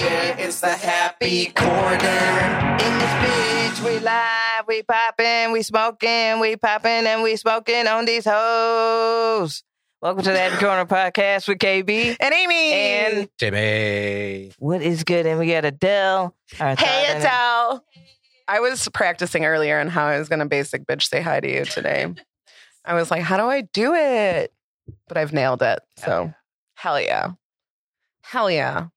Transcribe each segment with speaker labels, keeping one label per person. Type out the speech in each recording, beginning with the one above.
Speaker 1: a happy quarter. In this bitch, we live, we poppin', we smoking, we poppin', and we smoking on these hoes. Welcome to that corner podcast with KB
Speaker 2: And Amy.
Speaker 1: and
Speaker 3: Jimmy.
Speaker 1: what is good. And we got Adele. our
Speaker 2: hey,
Speaker 1: thought-
Speaker 2: Adele. I was practicing earlier on how I was going to basic bitch say hi to you today. I was like, how do I do it? But I've nailed it. So hell yeah. Hell yeah.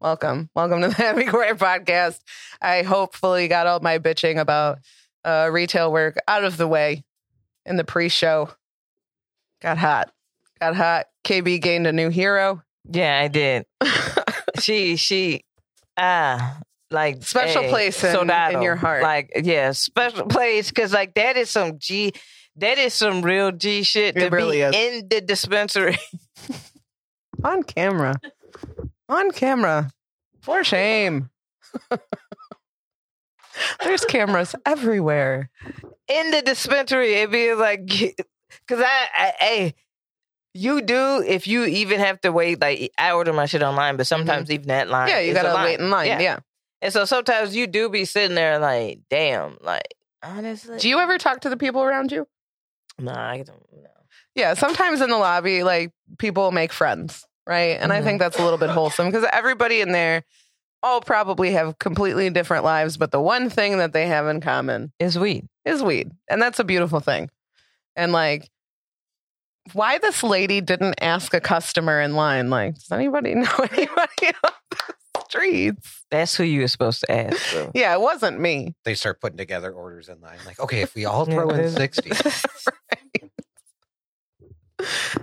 Speaker 2: Welcome. Welcome to the Happy Quarter Podcast. I hopefully got all my bitching about uh, retail work out of the way in the pre show. Got hot. Got hot. KB gained a new hero.
Speaker 1: Yeah, I did. she she ah like
Speaker 2: Special
Speaker 1: hey,
Speaker 2: place in-
Speaker 1: Soldado.
Speaker 2: in your heart.
Speaker 1: Like yeah, special place because like that is some G. That is some real G shit
Speaker 2: It
Speaker 1: to
Speaker 2: really
Speaker 1: be
Speaker 2: is.
Speaker 1: in the dispensary.
Speaker 2: On camera. On camera. For shame. There's cameras everywhere.
Speaker 1: In the dispensary, it be like, cause I, I, hey, you do if you even have to wait. Like e, I order my shit online, but sometimes even that line,
Speaker 2: Mm-hmm. Yeah, you
Speaker 1: is a
Speaker 2: gotta wait in line. Yeah.
Speaker 1: And so sometimes you do be sitting there like, damn, like honestly,
Speaker 2: Do you e ever talk to the people around you?
Speaker 1: Nah, I don't know.
Speaker 2: Yeah, sometimes in the lobby, like people make friends, right? And I
Speaker 1: Mhm.
Speaker 2: think that's a little bit wholesome because everybody in there all probably have completely different lives, but the one thing that they have in common
Speaker 1: It's weed.
Speaker 2: is weed. And that's a beautiful thing. And like, why this lady didn't ask a customer in line, like, does anybody know anybody on the streets?
Speaker 1: That's who you were supposed to ask. though.
Speaker 2: Yeah, it wasn't me.
Speaker 3: They start putting together orders in line. Like, okay, if we all
Speaker 1: Yeah,
Speaker 3: throw
Speaker 1: it
Speaker 3: in
Speaker 1: is.
Speaker 3: 60.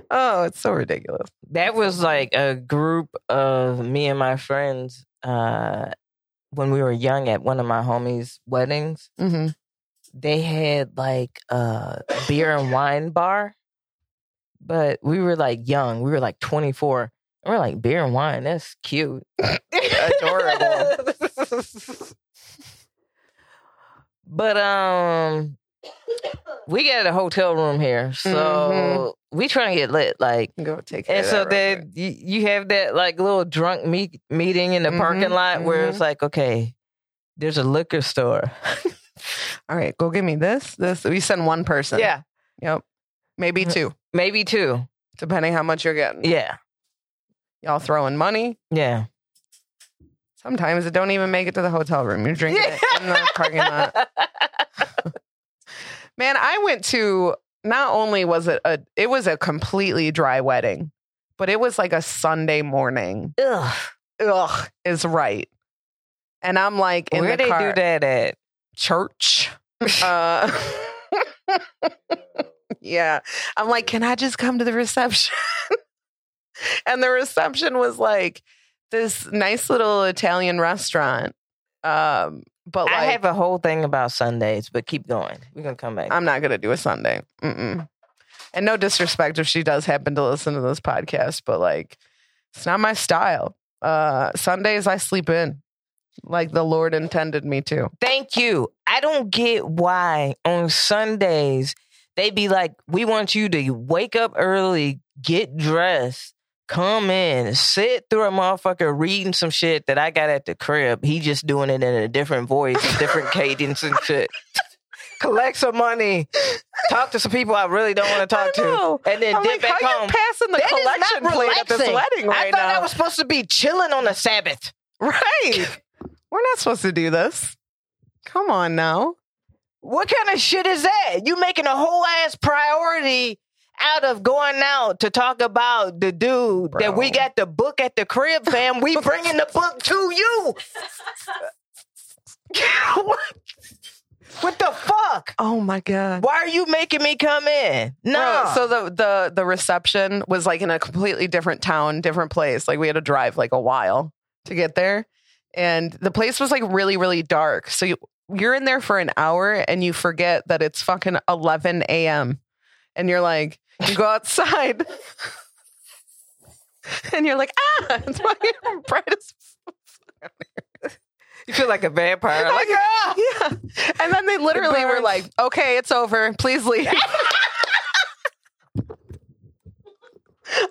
Speaker 2: Oh, it's so ridiculous.
Speaker 1: that was like a group of me and my friends uh, when we were young at one of my homies' weddings.
Speaker 2: Mm-hmm.
Speaker 1: They had like a beer and wine bar, but we were like young. We were like 24. And we're like, beer and wine, that's cute.
Speaker 2: Adorable.
Speaker 1: but um, we got a hotel room here. So we trying to get lit. Like,
Speaker 2: Go take care
Speaker 1: And
Speaker 2: of
Speaker 1: so
Speaker 2: that real quick.
Speaker 1: then you, you have that like little drunk meet, meeting in the parking
Speaker 2: Mhm,
Speaker 1: lot where it's like, okay, there's a liquor store.
Speaker 2: all right, go give me this, this. We send one person. Yep. Maybe
Speaker 1: Mhm.
Speaker 2: two,
Speaker 1: Maybe two.
Speaker 2: depending how much you're getting.
Speaker 1: Yeah.
Speaker 2: Y'all throwing money.
Speaker 1: Yeah.
Speaker 2: Sometimes it don't even make it to the hotel room. You're drinking it in the parking lot. Man, I went to not only was it a it was a completely dry wedding, but it was like a Sunday morning.
Speaker 1: Ugh.
Speaker 2: Ugh, is right. And I'm like in
Speaker 1: Where
Speaker 2: the
Speaker 1: they
Speaker 2: car,
Speaker 1: do that at?
Speaker 2: church. Uh, yeah, I'm like, can I just come to the reception? and the reception was like this nice little Italian restaurant. Um, but like,
Speaker 1: I have a whole thing about Sundays, but keep going. We're gonna come back.
Speaker 2: I'm not gonna do a Sunday. Mm-mm. And no disrespect if she does happen to listen to this podcast, but like, it's not my style. Uh, Sundays I sleep in, like the Lord intended me to.
Speaker 1: Thank you. I don't get why on Sundays they be like, we want you to wake up early, get dressed, come in, sit through a motherfucker reading some shit that I got at the crib. He just doing it in a different voice, different cadence and shit. Collect some money, talk to some people I really don't want to talk to,
Speaker 2: know.
Speaker 1: and then
Speaker 2: I'm
Speaker 1: dip
Speaker 2: like,
Speaker 1: back
Speaker 2: how
Speaker 1: home.
Speaker 2: you passing the
Speaker 1: That is not
Speaker 2: collection plate at this
Speaker 1: relaxing.
Speaker 2: wedding
Speaker 1: I
Speaker 2: right
Speaker 1: thought I
Speaker 2: now?
Speaker 1: was supposed to be chilling on the Sabbath.
Speaker 2: right. We're not supposed to do this. Come on now.
Speaker 1: What kind of shit is that? You making a whole ass priority out of going out to talk about the dude that we
Speaker 2: Bro.
Speaker 1: got the book at the crib, fam. We bringing the book to you. what? what the fuck?
Speaker 2: Oh my god.
Speaker 1: Why are you making me come in? No.
Speaker 2: Bro, so the, the the reception was like in a completely different town, different place. Like we had to drive like a while to get there, and the place was like really really dark. So you, you're in there for an hour and you forget that it's fucking 11 a.m. and you're like you go outside and you're like ah it's fucking bright as
Speaker 1: you feel like a vampire.
Speaker 2: Like, yeah. And then they literally were
Speaker 1: burns.
Speaker 2: like, okay, it's over. Please leave.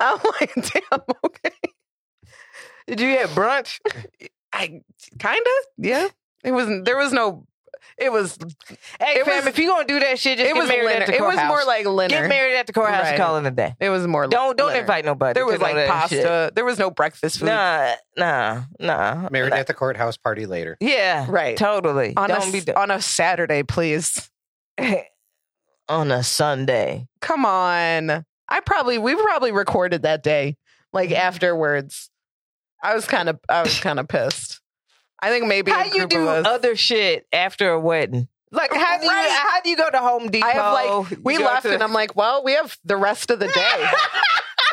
Speaker 2: I'm like, damn, okay.
Speaker 1: did you have brunch?
Speaker 2: I kind of, yeah. It wasn't. There was no. It was.
Speaker 1: Hey,
Speaker 2: It
Speaker 1: fam,
Speaker 2: was-
Speaker 1: if you gonna do that shit, just
Speaker 2: it
Speaker 1: get
Speaker 2: was
Speaker 1: married
Speaker 2: Leonard.
Speaker 1: at the
Speaker 2: It was
Speaker 1: courthouse.
Speaker 2: more like
Speaker 1: get
Speaker 2: Leonard.
Speaker 1: married at the courthouse
Speaker 2: Right.
Speaker 1: and call it a day.
Speaker 2: It was more.
Speaker 1: Don't don't
Speaker 2: Leonard.
Speaker 1: invite nobody.
Speaker 2: There
Speaker 1: to
Speaker 2: was
Speaker 1: none
Speaker 2: like
Speaker 1: of that shit.
Speaker 2: pasta. There was no breakfast food.
Speaker 1: Nah, nah, nah.
Speaker 3: Married
Speaker 1: Nah.
Speaker 3: at the courthouse party later.
Speaker 1: Yeah,
Speaker 2: Right.
Speaker 1: Totally.
Speaker 2: on
Speaker 1: Don't
Speaker 2: a,
Speaker 1: be
Speaker 2: s- on a Saturday, please.
Speaker 1: do- on a Sunday.
Speaker 2: Come on. I probably we probably recorded that day like
Speaker 1: Mm-hmm.
Speaker 2: afterwards. I was kind of I was kind of pissed. I think maybe a
Speaker 1: How you
Speaker 2: group
Speaker 1: do
Speaker 2: of us-
Speaker 1: other shit after a wedding? Like how do you
Speaker 2: Right.
Speaker 1: how do you go to Home Depot?
Speaker 2: I have
Speaker 1: You
Speaker 2: like we
Speaker 1: go
Speaker 2: left
Speaker 1: to-
Speaker 2: and I'm like, well, we have the rest of the day.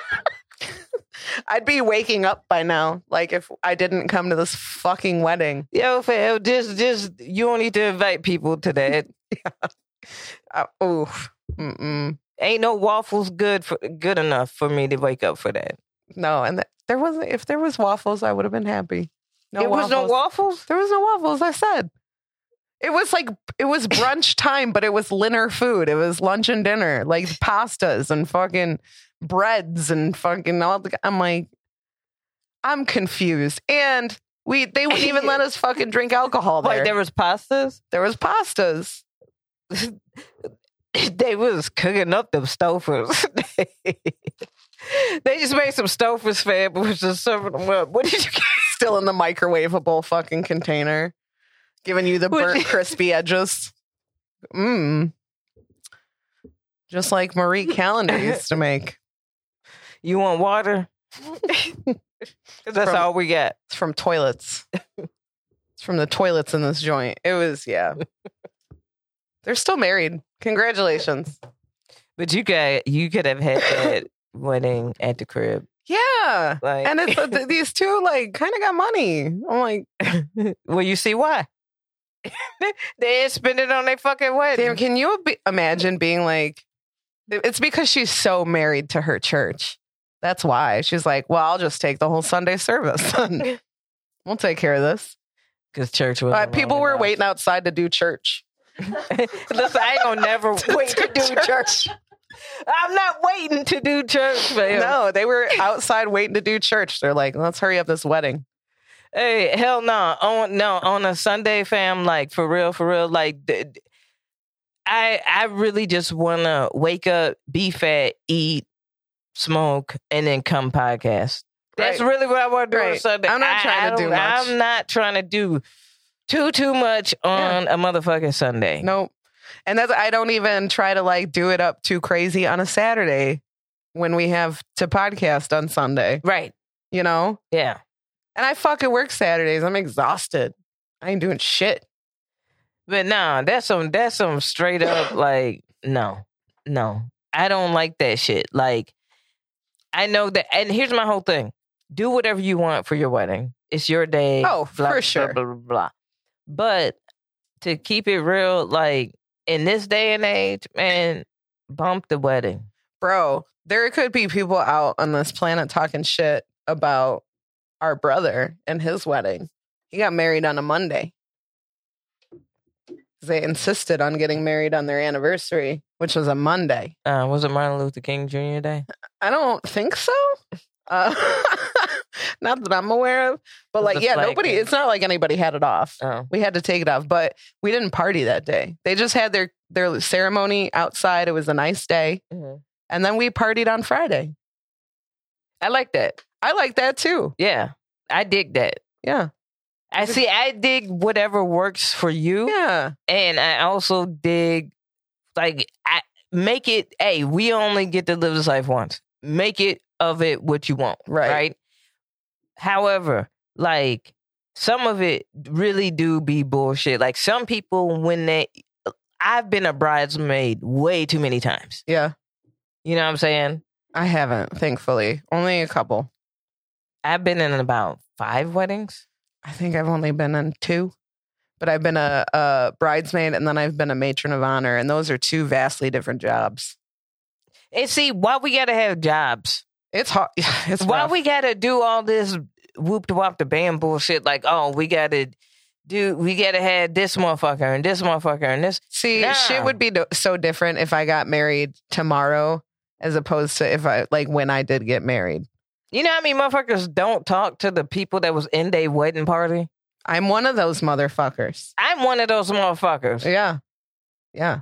Speaker 2: I'd be waking up by now, like if I didn't come to this fucking wedding.
Speaker 1: yo, fam, just just you don't need to invite people to that.
Speaker 2: Uh, oof, Mm-mm.
Speaker 1: Ain't no waffles good for good enough for me to wake up for that.
Speaker 2: no, and th- there wasn't. If there was waffles, I would have been happy. No,
Speaker 1: it was no
Speaker 2: waffles.
Speaker 1: waffles.
Speaker 2: There was no waffles. I said it was like it was brunch time, but it was dinner food. It was lunch and dinner, like pastas and fucking breads and fucking all. The, I'm like, I'm confused, and we they wouldn't even let us fucking drink alcohol there.
Speaker 1: Like there
Speaker 2: there,
Speaker 1: was pastas.
Speaker 2: was pastas.
Speaker 1: they was cooking up them stofers. they just made some stofers, fam, and was just serving them up. What did you get?
Speaker 2: Still in the microwavable fucking container, giving you the
Speaker 1: Would
Speaker 2: burnt
Speaker 1: you-
Speaker 2: crispy edges. Mmm. Just like Marie Calendar used to make.
Speaker 1: You want water? 'Cause that's
Speaker 2: From-
Speaker 1: all we got.
Speaker 2: It's from toilets. it's from the toilets in this joint. It was, yeah. They're still married. Congratulations.
Speaker 1: But you got you could have had that wedding at the crib.
Speaker 2: Yeah.
Speaker 1: Like
Speaker 2: And it's uh, th- these two like kind of got money. I'm like,
Speaker 1: well, you see why. they ain't spend it on their fucking wedding.
Speaker 2: damn, can you ab- imagine being like it's because she's so married to her church. That's why. She's like, "Well, I'll just take the whole Sunday service. we'll take care of this."
Speaker 1: Because church was
Speaker 2: Uh, people were waiting outside to do church.
Speaker 1: Listen, I ain't gonna never wait to do church. I'm not waiting to do church, man.
Speaker 2: No, they were outside waiting to do church. They're like, let's hurry up this wedding.
Speaker 1: Hey, hell no. On no, on a Sunday, fam, like for real, for real, like th- th- I I really just want to wake up, be fat, eat, smoke, and then come podcast. That's
Speaker 2: Right.
Speaker 1: really what I want to do on
Speaker 2: Right.
Speaker 1: Sunday.
Speaker 2: I'm not
Speaker 1: I-
Speaker 2: trying
Speaker 1: I
Speaker 2: to do
Speaker 1: don't-
Speaker 2: much.
Speaker 1: I'm not trying to do too too much on a motherfucking Sunday.
Speaker 2: Nope. And that's I don't even try to like do it up too crazy on a Saturday when we have to podcast on Sunday,
Speaker 1: Right.
Speaker 2: you know?
Speaker 1: Yeah.
Speaker 2: And I fucking work Saturdays. I'm exhausted. I ain't doing shit.
Speaker 1: But nah, that's some that's some straight up like no, no, I don't like that shit. Like I know that, and here's my whole thing: do whatever you want for your wedding. It's your day.
Speaker 2: Oh, for
Speaker 1: blah,
Speaker 2: sure.
Speaker 1: Blah blah blah. blah. But to keep it real, like in this day and age, man, bump the wedding.
Speaker 2: Bro, there could be people out on this planet talking shit about our brother and his wedding. He got married on a Monday. 'Cause They insisted on getting married on their anniversary, which was a Monday.
Speaker 1: Uh, was it Martin Luther King Jr. Day?
Speaker 2: I don't think so. Uh, not that I'm aware of, but like,
Speaker 1: Just
Speaker 2: yeah,
Speaker 1: like-
Speaker 2: nobody. It's not like anybody had it off.
Speaker 1: Oh,
Speaker 2: We had to take it off, but we didn't party that day. They just had their their ceremony outside. It was a nice day,
Speaker 1: mhm.
Speaker 2: and then we partied on Friday.
Speaker 1: I like that.
Speaker 2: I like that too.
Speaker 1: Yeah, I dig that.
Speaker 2: Yeah,
Speaker 1: I see. I dig whatever works for you.
Speaker 2: yeah,
Speaker 1: and I also dig like I make it. Hey, we only get to live this life once. Make it of it what you want,
Speaker 2: Right.
Speaker 1: right? However, like some of it really do be bullshit. Like some people, when they, I've been a bridesmaid way too many times.
Speaker 2: yeah.
Speaker 1: You know what I'm saying?
Speaker 2: I haven't, thankfully, only a couple.
Speaker 1: I've been in about five weddings.
Speaker 2: I think I've only been in two, but I've been a, a bridesmaid and then I've been a matron of honor, and those are two vastly different jobs.
Speaker 1: And see why we gotta have jobs.
Speaker 2: It's hard. It's
Speaker 1: why
Speaker 2: rough.
Speaker 1: we gotta do all this whoop to wop the band bullshit like oh we gotta do we gotta have this motherfucker and this motherfucker and this
Speaker 2: See,
Speaker 1: Yeah.
Speaker 2: shit would be do- so different if I got married tomorrow as opposed to if I like when I did get married.
Speaker 1: you know how I mean motherfuckers don't talk to the people that was in their wedding party
Speaker 2: I'm one of those motherfuckers.
Speaker 1: I'm one of those motherfuckers.
Speaker 2: Yeah. Yeah.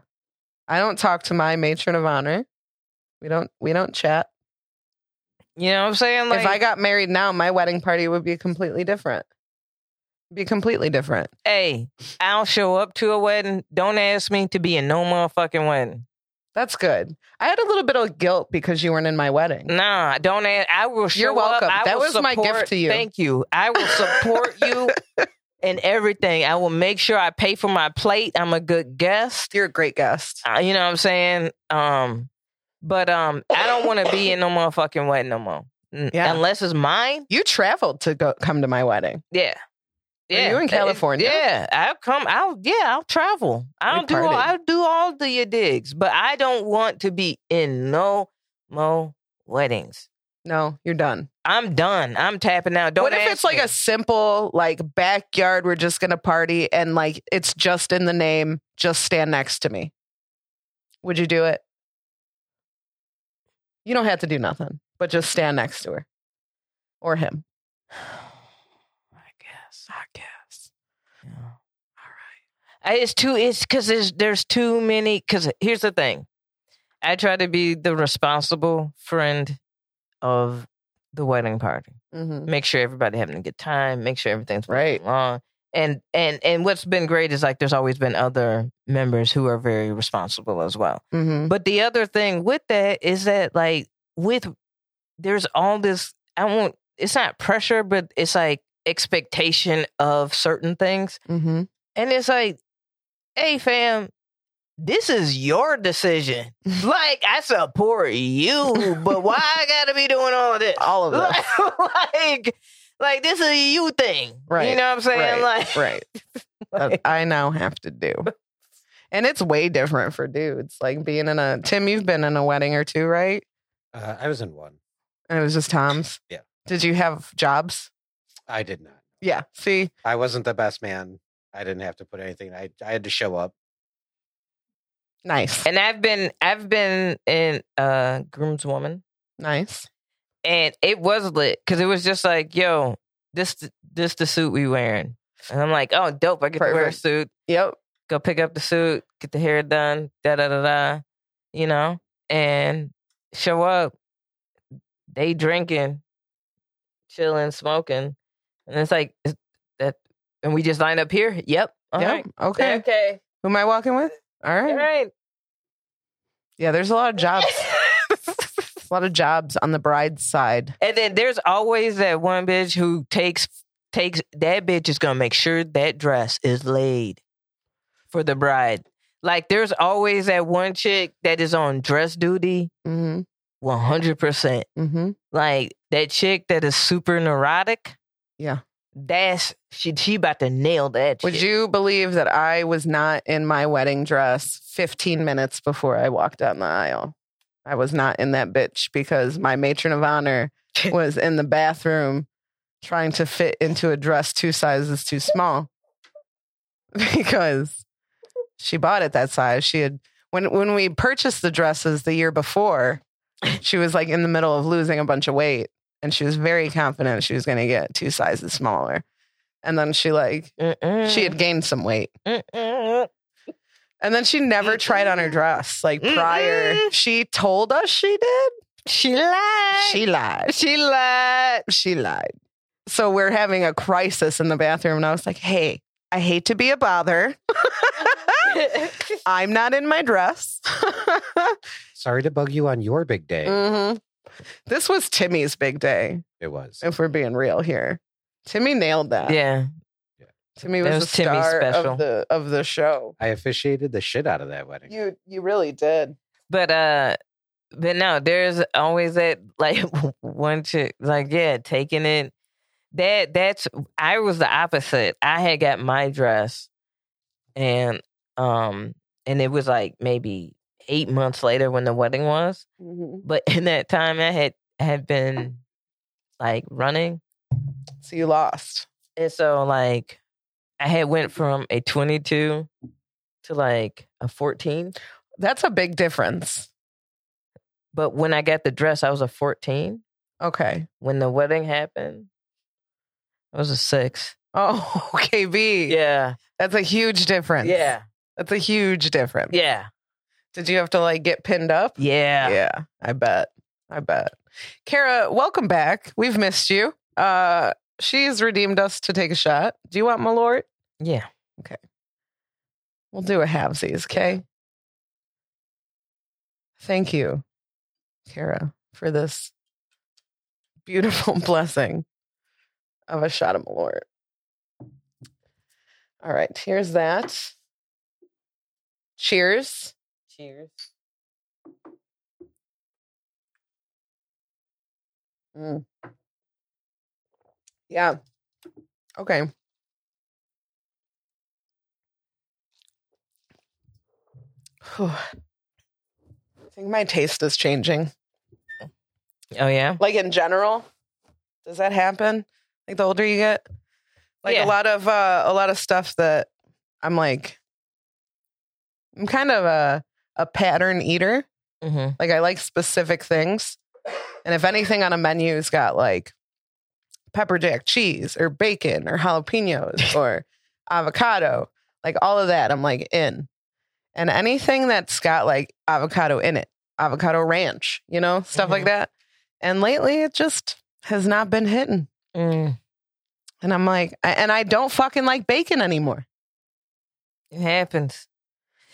Speaker 2: I don't talk to my matron of honor. We don't we don't chat.
Speaker 1: You know what I'm saying? Like,
Speaker 2: if I got married now, my wedding party would be completely different. Be completely different.
Speaker 1: hey, I'll show up to a wedding. Don't ask me to be in no motherfucking wedding.
Speaker 2: That's good. I had a little bit of guilt because you weren't in my wedding.
Speaker 1: Nah, don't ask. I will show
Speaker 2: You're welcome.
Speaker 1: up. I
Speaker 2: That
Speaker 1: will
Speaker 2: was my gift
Speaker 1: support-
Speaker 2: to you.
Speaker 1: Thank you. I will support you in everything. I will make sure I pay for my plate. I'm a good guest.
Speaker 2: You're a great guest.
Speaker 1: Uh, you know what I'm saying? Um, but um, I don't want to be in no motherfucking wedding no more. Mm,
Speaker 2: Yeah.
Speaker 1: Unless it's mine.
Speaker 2: You traveled to go come to my wedding.
Speaker 1: Yeah.
Speaker 2: you in
Speaker 1: It- it-
Speaker 2: California?
Speaker 1: yeah, I'll come. I'll yeah, I'll travel. I'll do all.
Speaker 2: party.
Speaker 1: I'll do all the your digs, but I don't want to be in no more weddings.
Speaker 2: No, you're done.
Speaker 1: I'm done. I'm tapping out. Don't.
Speaker 2: what if
Speaker 1: ask
Speaker 2: it's like
Speaker 1: me.
Speaker 2: a simple like backyard we're just going to party and like it's just in the name, just stand next to me. Would you do it? You don't have to do nothing, but just stand next to her or him.
Speaker 1: I guess.
Speaker 2: I guess.
Speaker 1: Yeah. I- It's too. It's because there's there's too many. Because here's the thing, I try to be the responsible friend of the wedding party.
Speaker 2: Mm-hmm.
Speaker 1: Make sure everybody having a good time. Make sure everything's
Speaker 2: Right.
Speaker 1: along. And and and what's been great is like there's always been other members who are very responsible as well.
Speaker 2: Mm-hmm.
Speaker 1: But the other thing with that is that like with there's all this I won't it's not pressure, but it's like expectation of certain things.
Speaker 2: Mm-hmm.
Speaker 1: And it's like, hey fam, this is your decision. Like I support you, but why I gotta be doing all this?
Speaker 2: All of this.
Speaker 1: like like this is a you thing. You
Speaker 2: Right,
Speaker 1: know what I'm saying? like
Speaker 2: right. That I now have to do. And it's way different for dudes. Like being in a Tim, you've been in a wedding or two, right?
Speaker 3: Uh, I was in one.
Speaker 2: And it was just Tom's.
Speaker 3: Yeah.
Speaker 2: Did you have jobs?
Speaker 3: I did not.
Speaker 2: Yeah. See,
Speaker 3: I wasn't the best man. I didn't have to put anything. I I had to show up.
Speaker 2: nice,
Speaker 1: And I've been I've been in uh groomswoman
Speaker 2: nice.
Speaker 1: and it was lit because it was just like, yo, this this the suit we wearing. And I'm like, oh dope, I get to wear a
Speaker 2: Perfect.
Speaker 1: suit,
Speaker 2: Yep.
Speaker 1: go pick up the suit, get the hair done, da da da da, you know, and show up. They drinking, chilling, smoking. And it's like is that and we just line up here? Yep. All
Speaker 2: yep.
Speaker 1: right.
Speaker 2: Okay.
Speaker 1: Okay.
Speaker 2: Who am I walking with? All right.
Speaker 1: All right.
Speaker 2: Yeah. There's a lot of jobs. a lot of jobs on the bride's side.
Speaker 1: And then there's always that one bitch who takes takes that bitch is gonna make sure that dress is laid for the bride. Like there's always that one chick that is on dress duty
Speaker 2: Mm-hmm.
Speaker 1: 100. percent
Speaker 2: Mm-hmm.
Speaker 1: Like that chick that is super neurotic.
Speaker 2: Yeah.
Speaker 1: That's she. She about to nail that.
Speaker 2: Would
Speaker 1: shit.
Speaker 2: you believe that I was not in my wedding dress 15 minutes before I walked down the aisle? I was not in that bitch because my matron of honor was in the bathroom trying to fit into a dress two sizes too small because she bought it that size. She had when when we purchased the dresses the year before, she was like in the middle of losing a bunch of weight and she was very confident she was going to get two sizes smaller. And then she like
Speaker 1: Mm-mm.
Speaker 2: she had gained some weight.
Speaker 1: Mm-mm.
Speaker 2: And then she never tried on her dress. Like prior,
Speaker 1: Mm-hmm. Mm-mm.
Speaker 2: she told us she did.
Speaker 1: She lied.
Speaker 2: She lied.
Speaker 1: she lied.
Speaker 2: She lied. So we're having a crisis in the bathroom. And I was like, hey, I hate to be a bother. I'm not in my dress.
Speaker 3: Sorry to bug you on your big day.
Speaker 2: Mhm. This was Timmy's big day,
Speaker 3: It was.
Speaker 2: if we're being real here. Timmy nailed that.
Speaker 1: yeah.
Speaker 2: Timmy
Speaker 1: That
Speaker 2: was,
Speaker 1: was
Speaker 2: the
Speaker 1: Timmy's
Speaker 2: star
Speaker 1: special.
Speaker 2: of the of the show.
Speaker 3: I officiated the shit out of that wedding.
Speaker 2: You you really did.
Speaker 1: But uh but no, there's always that like one chick like yeah, taking it that that's I was the opposite. I had got my dress and um and it was like maybe eight months later when the wedding was. But in that time I had had been like running.
Speaker 2: So you lost.
Speaker 1: And so like I had went from a twenty two to like a fourteen.
Speaker 2: That's a big difference.
Speaker 1: But when I got the dress I was a fourteen.
Speaker 2: Okay.
Speaker 1: when the wedding happened, I was a six.
Speaker 2: Oh, KB.
Speaker 1: Yeah.
Speaker 2: That's a huge difference.
Speaker 1: Yeah.
Speaker 2: That's a huge difference.
Speaker 1: Yeah.
Speaker 2: Did you have to like get pinned up?
Speaker 1: Yeah.
Speaker 2: Yeah, I bet. I bet. Kara, welcome back. We've missed you. Uh, she's redeemed us to take a shot. Do you want Malort?
Speaker 1: Yeah.
Speaker 2: We'll do a halvesies, okay? Thank you, Kara, for this beautiful blessing of a shot of Malort. All right, here's that. Cheers.
Speaker 1: Cheers.
Speaker 2: Mm. Yeah. Okay. Whew. I think my taste is changing.
Speaker 1: Oh yeah.
Speaker 2: Like in general, does that happen? Like the older you get, like
Speaker 1: Yeah.
Speaker 2: a lot of uh, a lot of stuff that I'm like, I'm kind of a a pattern eater.
Speaker 1: Mm-hmm.
Speaker 2: Like I like specific things. And if anything on a menu's got like pepper jack cheese or bacon or jalapenos or avocado, like all of that, I'm like in. And anything that's got like avocado in it, avocado ranch, you know, stuff like
Speaker 1: Mhm.
Speaker 2: that. And lately it just has not been hitting.
Speaker 1: Mm.
Speaker 2: And I'm like, I- and I don't fucking like bacon anymore.
Speaker 1: It happens.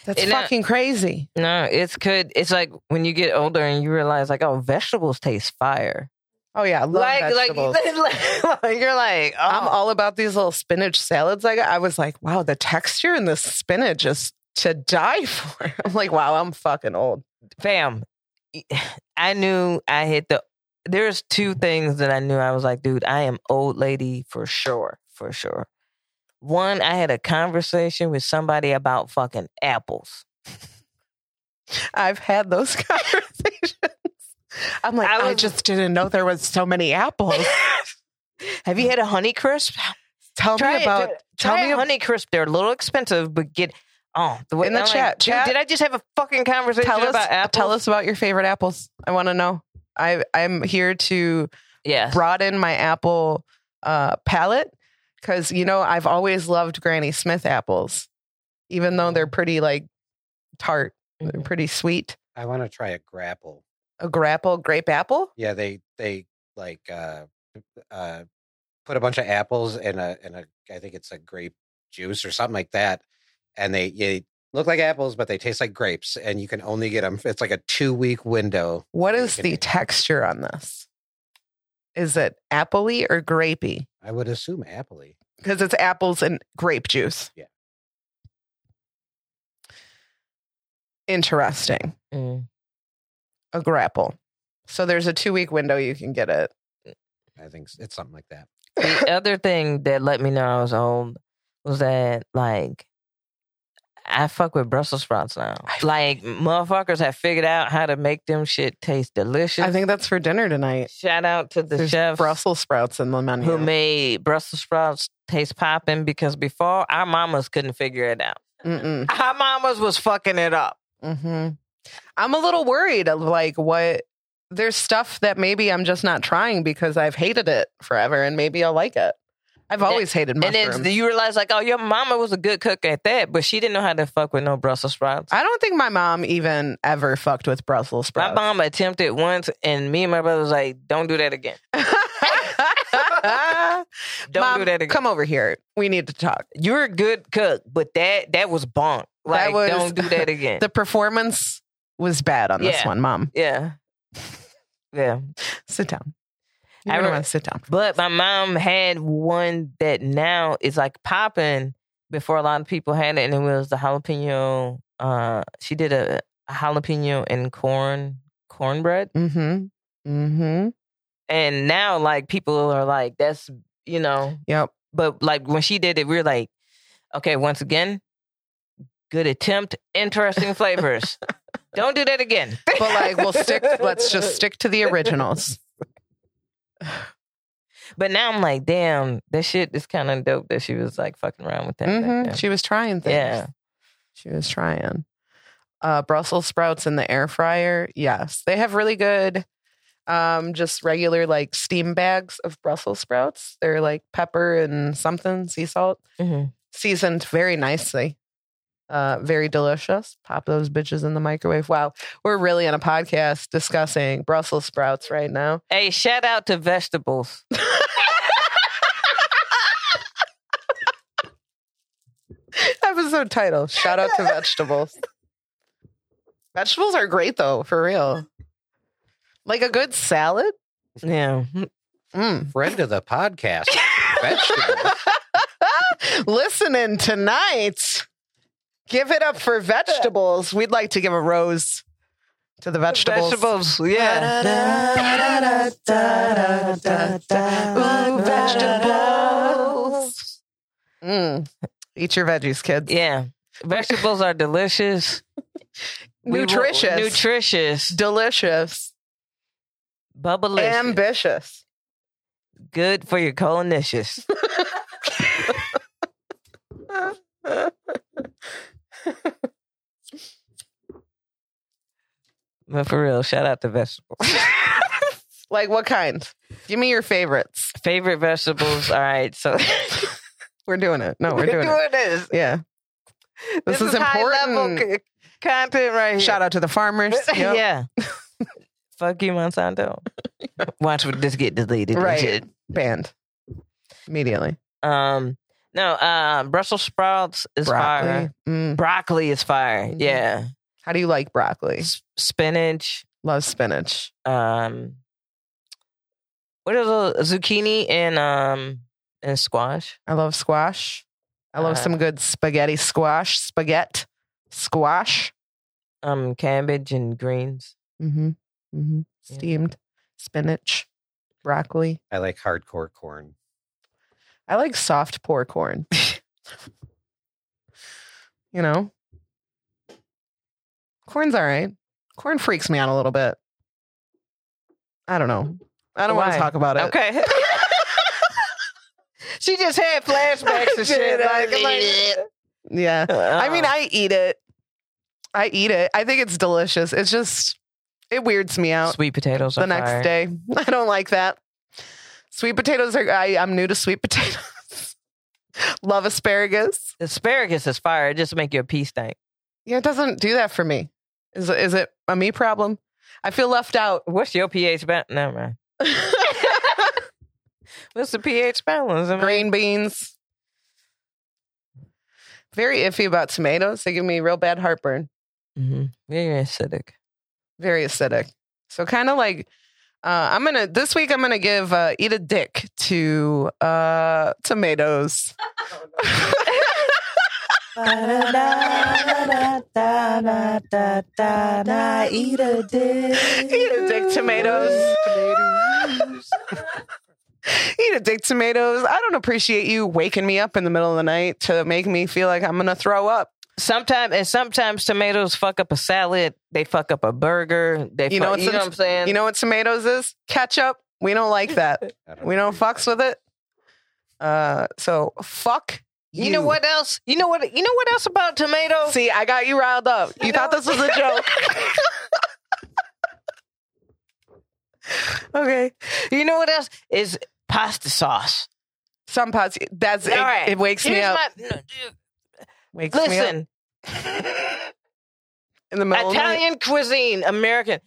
Speaker 2: That's
Speaker 1: And, uh,
Speaker 2: fucking crazy.
Speaker 1: No, it's good. It's like when you get older and you realize, like, oh, vegetables taste fire.
Speaker 2: Oh yeah, I love
Speaker 1: Like, like,
Speaker 2: vegetables.
Speaker 1: like, you're like, oh,
Speaker 2: I'm all about these little spinach salads. I got. I was like, wow, the texture in this spinach is to die for. I'm like, wow, I'm fucking old.
Speaker 1: fam. I knew I hit the. There's two things that I knew. I was like, dude, I am old lady for sure, for sure. One, I had a conversation with somebody about fucking apples.
Speaker 2: I've had those conversations. I'm like,
Speaker 1: I
Speaker 2: I,
Speaker 1: was-
Speaker 2: just didn't know there was so many apples.
Speaker 1: Have you had a honey crisp?
Speaker 2: Tell
Speaker 1: Try
Speaker 2: me about.
Speaker 1: it.
Speaker 2: tell
Speaker 1: Try
Speaker 2: me
Speaker 1: a
Speaker 2: ab-
Speaker 1: honey crisp. They're a little expensive, but get oh the way
Speaker 2: In the
Speaker 1: I'm like,
Speaker 2: chat,
Speaker 1: dude,
Speaker 2: chat.
Speaker 1: Did I just have a fucking conversation
Speaker 2: tell us
Speaker 1: about apples?
Speaker 2: Tell us about your favorite apples. I want to know. I I'm here to
Speaker 1: Yes.
Speaker 2: broaden my apple uh, palette because you know I've always loved Granny Smith apples, even though
Speaker 1: Mm.
Speaker 2: they're pretty like tart. They're
Speaker 1: Mhm.
Speaker 2: pretty sweet.
Speaker 3: I want to try a grapple.
Speaker 2: A grapple grape apple.
Speaker 3: Yeah, they they like uh uh put a bunch of apples in a in a I think it's a grape juice or something like that, and they they look like apples but they taste like grapes, and you can only get them. It's like a two week window.
Speaker 2: What
Speaker 3: Yeah, you
Speaker 2: is
Speaker 3: can
Speaker 2: the
Speaker 3: make-
Speaker 2: texture on this? Is it appley or grapey?
Speaker 3: I would assume appley.
Speaker 2: Because it's apples and grape juice.
Speaker 3: Yeah.
Speaker 2: Interesting.
Speaker 1: Mm.
Speaker 2: A grapple. So there's a two week window you can get it.
Speaker 3: I think s- it's something like that.
Speaker 1: The other thing that let me know I was old was that like I fuck with Brussels sprouts now.
Speaker 2: I-
Speaker 1: Like motherfuckers have figured out how to make them shit taste delicious.
Speaker 2: I think that's for dinner tonight.
Speaker 1: Shout out to the
Speaker 2: There's
Speaker 1: chefs
Speaker 2: Brussels sprouts in the menu.
Speaker 1: who made Brussels sprouts taste popping because before our mamas couldn't figure it out.
Speaker 2: Mm-mm.
Speaker 1: Our mamas was fucking it up.
Speaker 2: hmm I'm a little worried of like what there's stuff that maybe I'm just not trying because I've hated it forever and maybe I'll like it. I've
Speaker 1: then-
Speaker 2: always hated
Speaker 1: And
Speaker 2: mushrooms.
Speaker 1: then you realize, like, oh, your mama was a good cook at that, but she didn't know how to fuck with no Brussels sprouts.
Speaker 2: I don't think my mom even ever fucked with Brussels
Speaker 1: my
Speaker 2: sprouts.
Speaker 1: mom attempted once, and me and my brother was like, don't do that again. Don't
Speaker 2: Mom,
Speaker 1: do that again.
Speaker 2: Come over here. We need to talk.
Speaker 1: You're a good cook, but that that was bonk. Like,
Speaker 2: was-
Speaker 1: don't do that again.
Speaker 2: The performance was bad on this
Speaker 1: Yeah.
Speaker 2: one, mom.
Speaker 1: yeah. Yeah.
Speaker 2: Sit down.
Speaker 1: I
Speaker 2: I
Speaker 1: re-
Speaker 2: want to sit down.
Speaker 1: But my mom had one that now is like popping before a lot of people had it, and it was the jalapeno. Uh, she did a, a jalapeno and corn cornbread,
Speaker 2: Mm-hmm. Mm-hmm.
Speaker 1: and now like people are like, that's you know.
Speaker 2: Yep.
Speaker 1: But like when she did it, we were like, okay, once again, good attempt, interesting flavors. Don't do that again.
Speaker 2: But like we'll stick let's just stick to the originals.
Speaker 1: But now I'm like, damn, that shit is kind of dope that she was like fucking around with that. back
Speaker 2: Mhm.
Speaker 1: then.
Speaker 2: She was trying things.
Speaker 1: Yeah.
Speaker 2: She was trying. Uh, Brussels sprouts in the air fryer. Yes. They have really good. um, just regular like steam bags of Brussels sprouts. They're like pepper and something, sea salt,
Speaker 1: Mhm.
Speaker 2: seasoned very nicely. Uh, very delicious. Pop those bitches in the microwave. Wow. We're really on a podcast discussing Brussels sprouts right now.
Speaker 1: Hey, shout out to vegetables.
Speaker 2: Episode title Shout out to vegetables. vegetables are great though, for real. Like a good salad.
Speaker 1: Yeah.
Speaker 2: Mm.
Speaker 3: Friend of the podcast. Vegetable.
Speaker 2: Listening tonight, give it up for vegetables. We'd like to give a rose to the vegetables.
Speaker 1: Vegetables. Yeah.
Speaker 2: Ooh, vegetables. Mm. Eat your veggies, kids.
Speaker 1: Yeah. Vegetables are delicious. We will-
Speaker 2: Nutritious,
Speaker 1: nutritious.
Speaker 2: delicious,
Speaker 1: Bubblicious.
Speaker 2: ambitious.
Speaker 1: Good for your colonicious. but for real, shout out to vegetables.
Speaker 2: like what kind? Give me your favorites.
Speaker 1: Favorite vegetables. All right. So
Speaker 2: We're doing it. No, we're doing it.
Speaker 1: this.
Speaker 2: Yeah. This, is, important.
Speaker 1: High-level c- content right here.
Speaker 2: Shout out to the farmers. Yep.
Speaker 1: Yeah. Fuck you, Monsanto. Watch what this get deleted. and
Speaker 2: Right.
Speaker 1: shit.
Speaker 2: Banned. Immediately.
Speaker 1: Um. No. Um. Brussels sprouts is
Speaker 2: Broccoli.
Speaker 1: fire.
Speaker 2: Mm.
Speaker 1: Broccoli is fire.
Speaker 2: Mhm.
Speaker 1: Yeah.
Speaker 2: How do you like broccoli?
Speaker 1: S- spinach.
Speaker 2: Love spinach.
Speaker 1: Um. What are the zucchini and um and squash?
Speaker 2: I love squash. I love
Speaker 1: Uh,
Speaker 2: some good spaghetti squash. Spaghetti squash.
Speaker 1: Um, cabbage and greens.
Speaker 2: Mm-hmm. Mm-hmm.
Speaker 1: Yeah.
Speaker 2: Steamed spinach, broccoli.
Speaker 3: I like hardcore corn.
Speaker 2: I like soft poor corn. you know? Corn's all right. Corn freaks me out a little bit. I don't know. I don't want
Speaker 1: Why?
Speaker 2: to talk about it.
Speaker 1: Okay. she just had flashbacks and shit. Like, like,
Speaker 2: Yeah. I mean,
Speaker 1: uh,
Speaker 2: I eat it. I eat it. I think it's delicious. It's just, it weirds me out
Speaker 1: "Oh, sweet potatoes.
Speaker 2: the
Speaker 1: are
Speaker 2: next
Speaker 1: fire.
Speaker 2: day. I don't like that. Sweet potatoes are, I, I'm new to sweet potatoes. Love asparagus.
Speaker 1: Asparagus is fire. It just make your pee stink.
Speaker 2: Yeah, it doesn't do that for me. Is is it a me problem? I feel left out.
Speaker 1: What's your pH balance? Never mind. What's the pH balance? I mean,
Speaker 2: Green beans. Very iffy about tomatoes. They give me real bad heartburn.
Speaker 1: Mhm. Very acidic.
Speaker 2: Very acidic. So kind of like uh, I'm gonna this week I'm gonna give uh, eat a dick to uh, tomatoes.
Speaker 4: Eat a dick.
Speaker 2: Eat a dick, tomatoes.
Speaker 3: Tomatoes.
Speaker 2: Eat a dick, tomatoes. I don't appreciate you waking me up in the middle of the night to make me feel like I'm gonna throw up.
Speaker 1: Sometimes and sometimes tomatoes fuck up a salad. They fuck up a burger. They
Speaker 2: You
Speaker 1: you
Speaker 2: know
Speaker 1: know,
Speaker 2: what's
Speaker 1: you know
Speaker 2: in-
Speaker 1: what I'm saying.
Speaker 2: You know what tomatoes is? Ketchup. We don't like that.
Speaker 3: I
Speaker 2: We don't fucks with it. Uh, so fuck. You,
Speaker 1: You know what else? You know what? You know what else about tomatoes?
Speaker 2: See, I got you riled up. You thought this was a joke. okay.
Speaker 1: You know what else is pasta sauce?
Speaker 2: Some pots. That's it.
Speaker 1: All right.
Speaker 2: It wakes me
Speaker 1: Here's
Speaker 2: up.
Speaker 1: my- no, dude,
Speaker 2: wakes me up
Speaker 1: listen,
Speaker 2: in the middle. Of the night.
Speaker 1: Italian cuisine, American.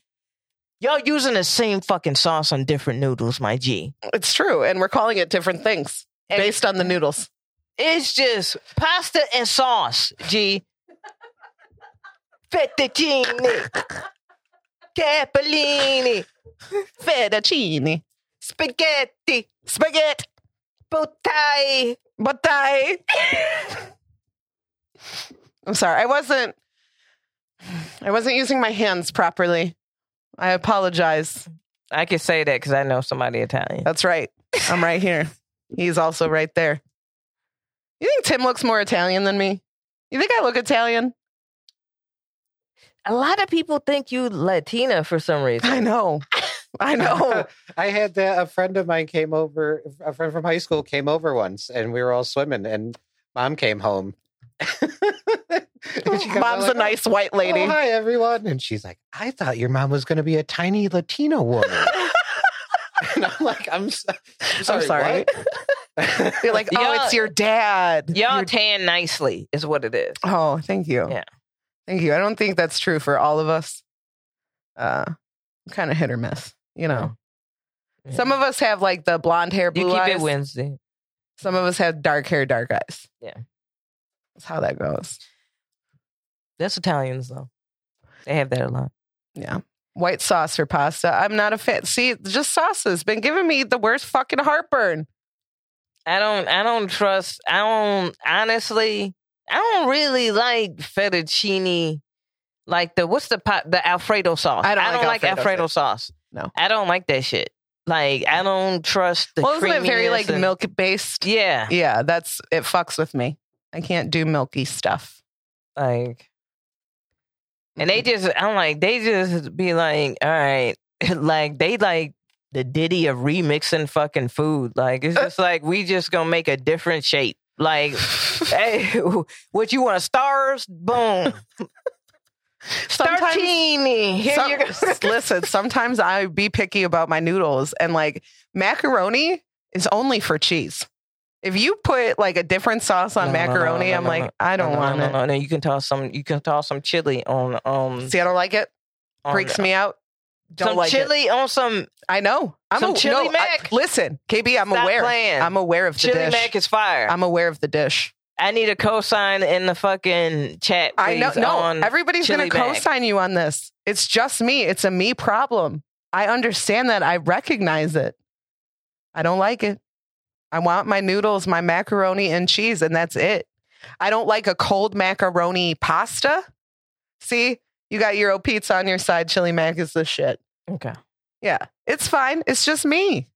Speaker 1: Y'all using the same fucking sauce on different noodles, my G.
Speaker 2: It's true, and we're calling it different things
Speaker 1: And-
Speaker 2: based on the noodles.
Speaker 1: It's just pasta and sauce, G. Fettuccine, capellini,
Speaker 2: Fettuccine,
Speaker 1: spaghetti,
Speaker 2: spaghetti,
Speaker 1: buttai.
Speaker 2: but I. I'm sorry. I wasn't. I wasn't using my hands properly. I apologize.
Speaker 1: I can say that because I know somebody Italian.
Speaker 2: That's right. I'm right here. He's also right there. You think Tim looks more Italian than me? You think I look Italian?
Speaker 1: A lot of people think you Latina for some reason.
Speaker 2: I know. I know.
Speaker 3: I had that. A friend of mine came over. A friend from high school came over once, and we were all swimming. And mom came home. And she comes out
Speaker 2: Mom's
Speaker 3: like,
Speaker 2: a nice white
Speaker 3: "Oh,
Speaker 2: lady.
Speaker 3: hi, everyone. And she's like, I thought your mom was going to be a tiny Latino woman. and I'm like, I'm, so, I'm sorry.
Speaker 2: sorry.
Speaker 3: what?"
Speaker 2: You're like, oh,
Speaker 1: Y'all-
Speaker 2: it's your dad.
Speaker 1: Y'all
Speaker 2: Your-
Speaker 1: tan nicely is what it is.
Speaker 2: oh, thank you.
Speaker 1: Yeah.
Speaker 2: Thank you. I don't think that's true for all of us. Uh, kind of hit or miss, you know.
Speaker 1: Yeah.
Speaker 2: Some of us have like the blonde hair,
Speaker 1: You
Speaker 2: blue
Speaker 1: keep
Speaker 2: eyes.
Speaker 1: it Wednesday.
Speaker 2: Some of us have dark hair, dark eyes.
Speaker 1: Yeah.
Speaker 2: That's how that goes.
Speaker 1: That's Italians though. They have that a lot.
Speaker 2: Yeah. White sauce or pasta. I'm not a fan. See, just sauces been giving me the worst fucking heartburn.
Speaker 1: I don't I don't trust I don't honestly I don't really like fettuccine like the what's the pot the Alfredo sauce.
Speaker 2: I don't like
Speaker 1: like,
Speaker 2: Alfredo
Speaker 1: Alfredo sauce.
Speaker 2: No.
Speaker 1: I don't like that shit. Like I don't trust the
Speaker 2: well, isn't it very
Speaker 1: creaminess
Speaker 2: like
Speaker 1: and-
Speaker 2: milk based?
Speaker 1: Yeah.
Speaker 2: yeah, that's it fucks with me. I can't do milky stuff.
Speaker 1: Like and they just I'm like they just be like, all right. like they like the Diddy of remixing fucking food. Like it's just like we just gonna make a different shape. Like hey, what you want? Stars? Boom.
Speaker 2: Sometimes-
Speaker 1: Starcini. Here
Speaker 2: some-
Speaker 1: you go.
Speaker 2: listen, sometimes I be picky about my noodles and like macaroni is only for cheese. If you put like a different sauce on
Speaker 1: No, no, no,
Speaker 2: macaroni,
Speaker 1: no,
Speaker 2: I'm
Speaker 1: no,
Speaker 2: like,
Speaker 1: no.
Speaker 2: I don't
Speaker 1: No, no,
Speaker 2: want
Speaker 1: no,
Speaker 2: it.
Speaker 1: No, no, you can toss some. You can toss some chili on. Um,
Speaker 2: See, I don't like it.
Speaker 1: on-
Speaker 2: Freaks me out. Don't
Speaker 1: some
Speaker 2: like it.
Speaker 1: chili on some.
Speaker 2: I know. I'm
Speaker 1: Some
Speaker 2: a,
Speaker 1: chili
Speaker 2: no, I-
Speaker 1: mac.
Speaker 2: listen, KB, I'm
Speaker 1: Stop
Speaker 2: aware.
Speaker 1: playing.
Speaker 2: I'm aware of the
Speaker 1: chili
Speaker 2: dish.
Speaker 1: mac is fire. i
Speaker 2: I'm aware of the dish.
Speaker 1: need a cosign in the fucking chat.
Speaker 2: I know.
Speaker 1: please,
Speaker 2: No,
Speaker 1: on-
Speaker 2: everybody's going
Speaker 1: chili
Speaker 2: to
Speaker 1: mac.
Speaker 2: co-sign you on this. It's just me. It's a me problem. I understand that. I recognize it. I don't like it. I want my noodles, my macaroni and cheese, and that's it. I don't like a cold macaroni pasta. See, you got Euro pizza on your side. Chili mac is the shit.
Speaker 1: okay.
Speaker 2: Yeah, it's fine. It's just me.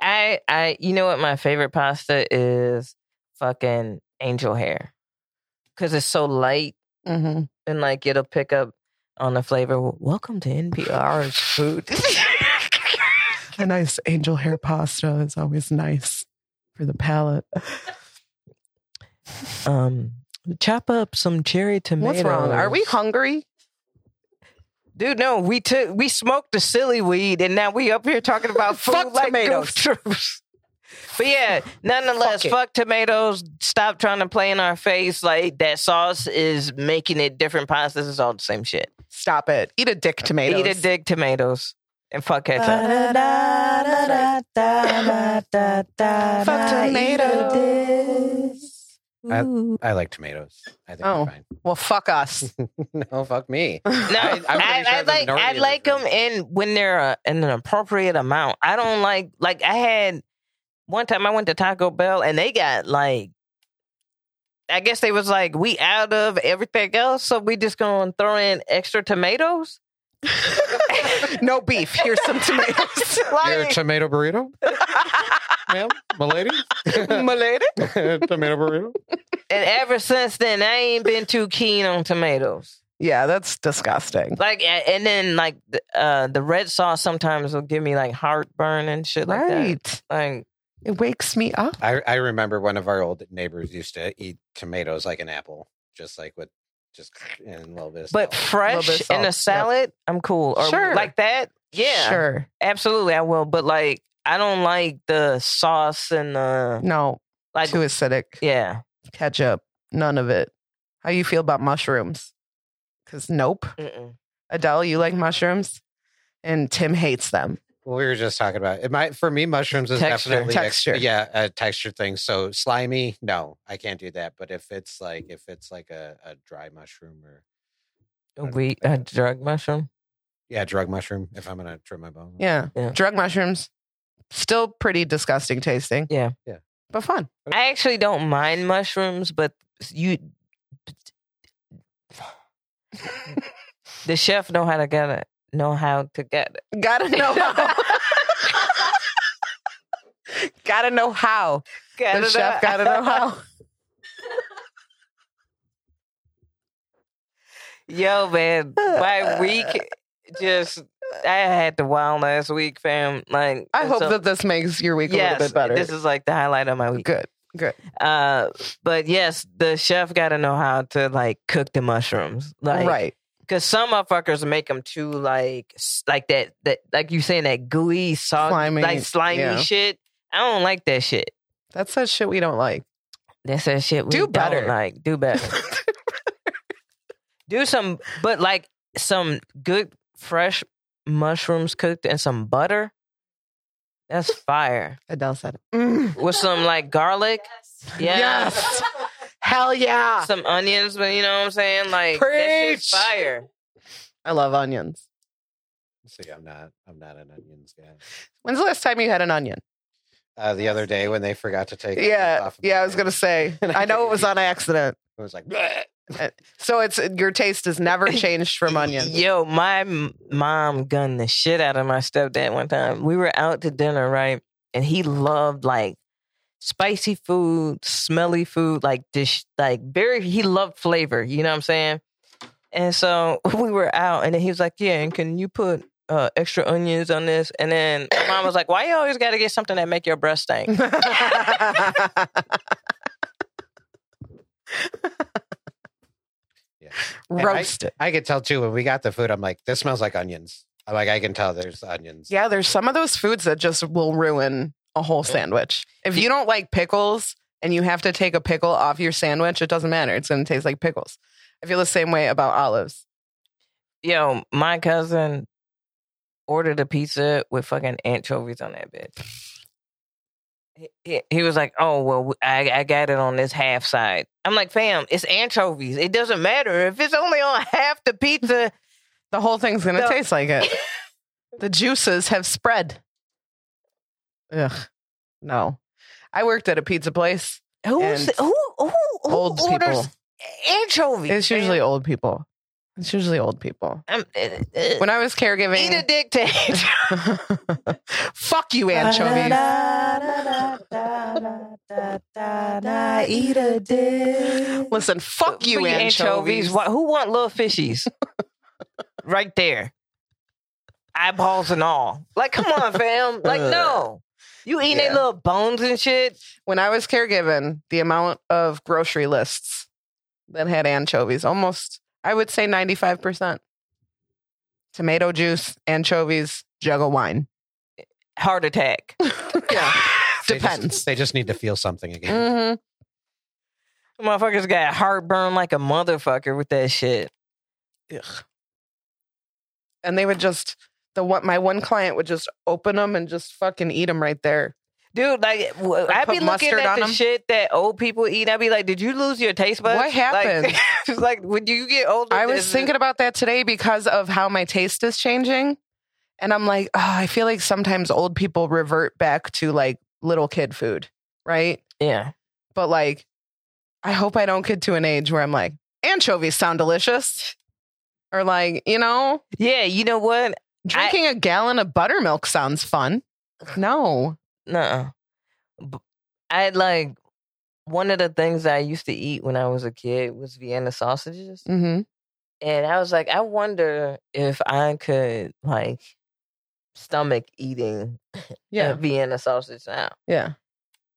Speaker 1: I I you know what my favorite pasta is fucking angel hair because it's so light
Speaker 2: Mm-hmm.
Speaker 1: and like it'll pick up on the flavor. Welcome to NPR's food.
Speaker 2: A nice angel hair pasta is always nice for the palate.
Speaker 1: um chop up some cherry tomatoes.
Speaker 2: What's wrong? Are we hungry?
Speaker 1: Dude, no, we took we smoked the silly weed and now we up here talking about food
Speaker 2: Fuck
Speaker 1: like
Speaker 2: tomatoes.
Speaker 1: goof troops. But yeah, nonetheless,
Speaker 2: Fuck it.
Speaker 1: fuck, tomatoes. Stop trying to play in our face. Like that sauce is making it different pastas. It's all the same shit.
Speaker 2: Stop it. Eat a dick tomato.
Speaker 1: Eat a dick tomatoes and fuck ketchup.
Speaker 4: Fuck
Speaker 2: tomatoes.
Speaker 4: Ooh.
Speaker 3: I like tomatoes. I think
Speaker 2: Oh.
Speaker 3: oh. fine.
Speaker 2: Well, fuck us.
Speaker 3: no, fuck me.
Speaker 1: No,
Speaker 3: I-
Speaker 1: I,
Speaker 3: I'm pretty
Speaker 1: I,
Speaker 3: sure I'm the
Speaker 1: like
Speaker 3: minority
Speaker 1: I
Speaker 3: in this
Speaker 1: like
Speaker 3: room.
Speaker 1: them in when they're uh, in an appropriate amount. I don't like like I had one time I went to Taco Bell and they got like I guess they was like we out of everything else, so we just gonna throw in extra tomatoes.
Speaker 2: no beef. Here's some tomatoes.
Speaker 3: Your
Speaker 1: Like,
Speaker 3: tomato burrito, ma'am, milady,
Speaker 2: Milady?
Speaker 3: tomato burrito.
Speaker 1: and ever since then, I ain't been too keen on tomatoes.
Speaker 2: Yeah, that's disgusting.
Speaker 1: Like a- and then like the, uh, the red sauce sometimes will give me like heartburn and shit like that.
Speaker 2: Right.
Speaker 1: Like
Speaker 2: It wakes me up.
Speaker 3: I, I remember one of our old neighbors used to eat tomatoes like an apple, just like with just and a little bit. Of
Speaker 1: But
Speaker 3: salt.
Speaker 2: Little bit
Speaker 1: fresh
Speaker 2: of
Speaker 1: in a
Speaker 2: salt. Yep.
Speaker 1: salad, I'm cool. Or
Speaker 2: Sure.
Speaker 1: like that, yeah,
Speaker 2: Sure.
Speaker 1: absolutely, I will. But like, I don't like the sauce and the
Speaker 2: No,
Speaker 1: like,
Speaker 2: too acidic.
Speaker 1: yeah,
Speaker 2: Ketchup. None of it. How you feel about mushrooms? Because nope.
Speaker 1: Mm-mm.
Speaker 2: Adele, you like mushrooms? And Tim hates them.
Speaker 3: Well, we were just talking about it. Might, for me, mushrooms is
Speaker 1: Texture.
Speaker 3: definitely ex-
Speaker 2: Texture.
Speaker 3: yeah, a texture thing. So slimy, no, I can't do that. But if it's like if it's like a, a dry mushroom or
Speaker 1: a wheat, a drug mushroom.
Speaker 3: yeah, drug mushroom, if I'm gonna trim my bone,
Speaker 2: Yeah.
Speaker 1: Yeah.
Speaker 2: Drug mushrooms. Still pretty disgusting tasting.
Speaker 1: Yeah.
Speaker 3: Yeah.
Speaker 2: But fun.
Speaker 1: I actually don't mind mushrooms, but you, the chef know how to get it, know how to get it.
Speaker 2: Gotta know how. gotta know how.
Speaker 1: Get
Speaker 2: the
Speaker 1: it
Speaker 2: chef
Speaker 1: out.
Speaker 2: gotta know how.
Speaker 1: Yo, man, my week just. I had the wild last week, fam. Like,
Speaker 2: I
Speaker 1: and
Speaker 2: hope
Speaker 1: so-
Speaker 2: that this makes your week a
Speaker 1: yes,
Speaker 2: little bit better.
Speaker 1: This is like the highlight of my week.
Speaker 2: good. Good.
Speaker 1: Uh, but yes, the chef got to know how to like cook the mushrooms, like
Speaker 2: right.
Speaker 1: Because some motherfuckers make them too like s- like that that like you saying that gooey, soggy,
Speaker 2: Slimy,
Speaker 1: like slimy
Speaker 2: yeah.
Speaker 1: shit. I don't like that shit.
Speaker 2: That's that shit we don't like.
Speaker 1: That's that shit. We
Speaker 2: Do
Speaker 1: don't
Speaker 2: better.
Speaker 1: like do better. do some, but like some good fresh mushrooms cooked and some butter. That's fire
Speaker 2: Adele said, it. Mm.
Speaker 1: with some like garlic. Yeah.
Speaker 2: Yes. Hell yeah.
Speaker 1: Some onions, but you know what I'm saying? Like that's
Speaker 2: Preach.
Speaker 1: fire.
Speaker 2: I love onions.
Speaker 3: See, I'm not. I'm not an onions guy.
Speaker 2: When's the last time you had an onion?
Speaker 3: Uh, the other day when they forgot to take onions
Speaker 2: Yeah.
Speaker 3: off of
Speaker 2: Yeah,
Speaker 3: the
Speaker 2: I was
Speaker 3: thing,
Speaker 2: going to say. I know it was on accident.
Speaker 3: It was like
Speaker 2: So it's your taste has never changed from onions.
Speaker 1: Yo, my m- mom gunned the shit out of my stepdad one time. We were out to dinner, right? And he loved like spicy food, smelly food, like dish, like very, he loved flavor, you know what I'm saying? And so we were out, and then he was like, Yeah, and can you put uh, extra onions on this? And then my mom was like, Why you always got to get something that make your breast stink?
Speaker 3: Yeah.
Speaker 2: Roasted.
Speaker 3: I could tell too when we got the food. I'm like, this smells like onions. I'm like, I can tell there's onions.
Speaker 2: Yeah, there's some of those foods that just will ruin a whole sandwich. If you don't like pickles and you have to take a pickle off your sandwich, it doesn't matter. It's going to taste like pickles. I feel the same way about olives.
Speaker 1: Yo, my cousin ordered a pizza with fucking anchovies on that bitch. He- He, he was like, "Oh well, I, I got it on this half side." I'm like, "Fam, it's anchovies. It doesn't matter if it's only on half the pizza."
Speaker 2: The whole thing's going to
Speaker 1: No.
Speaker 2: taste like it. the juices have spread. Ugh. No. I worked at a pizza place.
Speaker 1: Who's
Speaker 2: And
Speaker 1: who? Who, who
Speaker 2: Old people.
Speaker 1: orders anchovies?
Speaker 2: It's usually old people. It's usually old people.
Speaker 1: i
Speaker 2: When I was
Speaker 1: uh, eat a
Speaker 2: caregiving,
Speaker 1: dick to anchovies.
Speaker 2: fuck you, anchovies.
Speaker 4: anchovies. Eat a dick.
Speaker 2: Listen, fuck you,
Speaker 1: Free
Speaker 2: anchovies.
Speaker 1: Why- Who want little fishies? right there, eyeballs and all. Like, come on, fam. Like, no, you eating
Speaker 2: Yeah.
Speaker 1: they little bones and shit.
Speaker 2: When I was caregiving, the amount of grocery lists that had anchovies, almost, I would say 95%. Tomato juice, anchovies, jug of wine.
Speaker 1: Heart attack.
Speaker 2: yeah.
Speaker 3: They just-
Speaker 2: Depends.
Speaker 3: they just need to feel something again.
Speaker 2: hmm
Speaker 1: Motherfuckers got heartburn like a motherfucker with that shit.
Speaker 2: And they would just, the one, my one client would just open them and just fucking eat them right there.
Speaker 1: Dude, like, w-
Speaker 2: Or
Speaker 1: I
Speaker 2: put
Speaker 1: be looking
Speaker 2: mustard
Speaker 1: at
Speaker 2: on
Speaker 1: the
Speaker 2: 'em?
Speaker 1: shit that old people eat. I be like, did you lose your taste buds?
Speaker 2: What
Speaker 1: Like-
Speaker 2: happened?
Speaker 1: It's like, when you get older,
Speaker 2: I
Speaker 1: this
Speaker 2: was
Speaker 1: is-
Speaker 2: thinking about that today because of how my taste is changing. And I'm like, oh, I feel like sometimes old people revert back to like little kid food, right?
Speaker 1: yeah.
Speaker 2: But like, I hope I don't get to an age where I'm like, anchovies sound delicious. Or like, you know,
Speaker 1: Yeah, you know what?
Speaker 2: drinking a gallon of buttermilk sounds fun. No.
Speaker 1: No. I like one of the things I used to eat when I was a kid was Vienna sausages.
Speaker 2: Mm-hmm.
Speaker 1: And I was like, I wonder if I could like stomach eating a
Speaker 2: Yeah.
Speaker 1: Vienna sausage now.
Speaker 2: Yeah.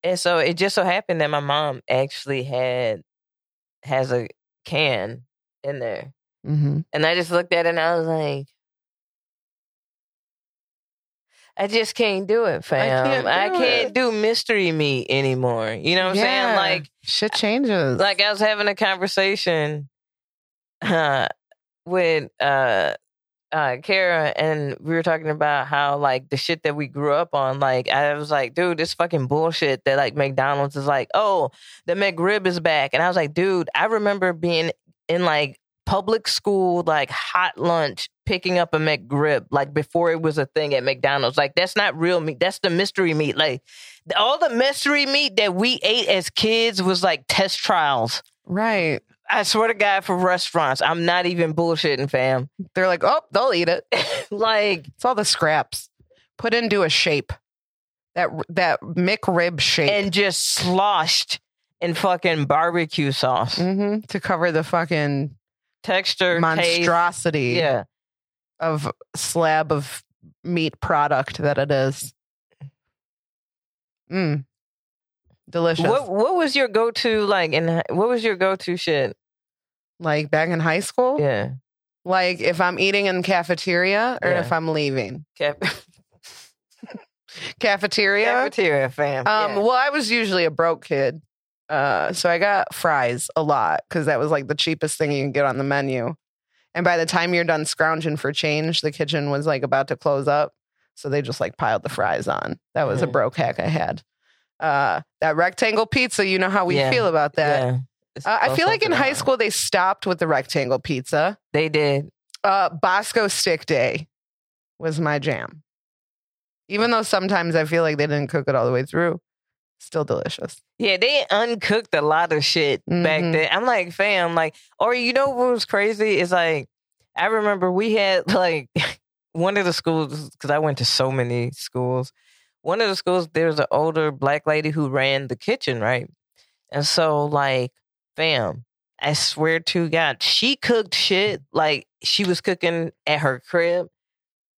Speaker 1: And so it just so happened that my mom actually had has a can in there.
Speaker 2: Mm-hmm.
Speaker 1: And I just looked at it and I was like, I just can't do it, fam. I
Speaker 2: can't
Speaker 1: can't do,
Speaker 2: do it.
Speaker 1: mystery meat anymore. You know what I'm saying? Like, uh,
Speaker 2: shit changes.
Speaker 1: like I was having a conversation uh, with uh, uh, Kara, and we were talking about how like the shit that we grew up on. Like, I was like, dude, this fucking bullshit that like McDonald's is like, oh, the McRib is back, and I was like, dude, I remember being in like public school, like hot lunch, picking up a McRib, like before it was a thing at McDonald's. Like that's not real meat. That's the mystery meat. Like all the mystery meat that we ate as kids was like test trials.
Speaker 2: right.
Speaker 1: I swear to God, for restaurants, I'm not even bullshitting, fam.
Speaker 2: They're like, oh, they'll eat it.
Speaker 1: Like,
Speaker 2: It's all the scraps put into a shape. That that McRib shape
Speaker 1: and just sloshed in fucking barbecue sauce,
Speaker 2: Mhm. to cover the fucking
Speaker 1: texture, taste.
Speaker 2: monstrosity
Speaker 1: Yeah,
Speaker 2: of slab of meat product that it is. Mm. Delicious.
Speaker 1: What What was your go to like? And what was your go to shit?
Speaker 2: Like back in high school,
Speaker 1: Yeah,
Speaker 2: like if I'm eating in cafeteria or
Speaker 1: Yeah.
Speaker 2: if I'm leaving
Speaker 1: Cap-
Speaker 2: cafeteria.
Speaker 1: cafeteria fam.
Speaker 2: Um,
Speaker 1: yeah.
Speaker 2: well, I was usually a broke kid, uh, so I got fries a lot because that was like the cheapest thing you can get on the menu. And by the time you're done scrounging for change, the kitchen was like about to close up, so they just like piled the fries on. That was a
Speaker 1: Mhm.
Speaker 2: broke hack I had. Uh, that rectangle pizza, you know how we
Speaker 1: Yeah.
Speaker 2: feel about that.
Speaker 1: Yeah. It's
Speaker 2: Uh, I
Speaker 1: so
Speaker 2: feel like in
Speaker 1: fucking
Speaker 2: high
Speaker 1: hot.
Speaker 2: school they stopped with the rectangle pizza.
Speaker 1: they did.
Speaker 2: Uh, Bosco Stick Day was my jam. Even though sometimes I feel like they didn't cook it all the way through, still delicious.
Speaker 1: Yeah, they uncooked a lot of shit back
Speaker 2: Mhm.
Speaker 1: then. I'm like, fam, like, or you know what was crazy is like, I remember we had like one of the schools because I went to so many schools. One of the schools, there was an older black lady who ran the kitchen, right? And so, like, fam, I swear to God, she cooked shit like she was cooking at her crib.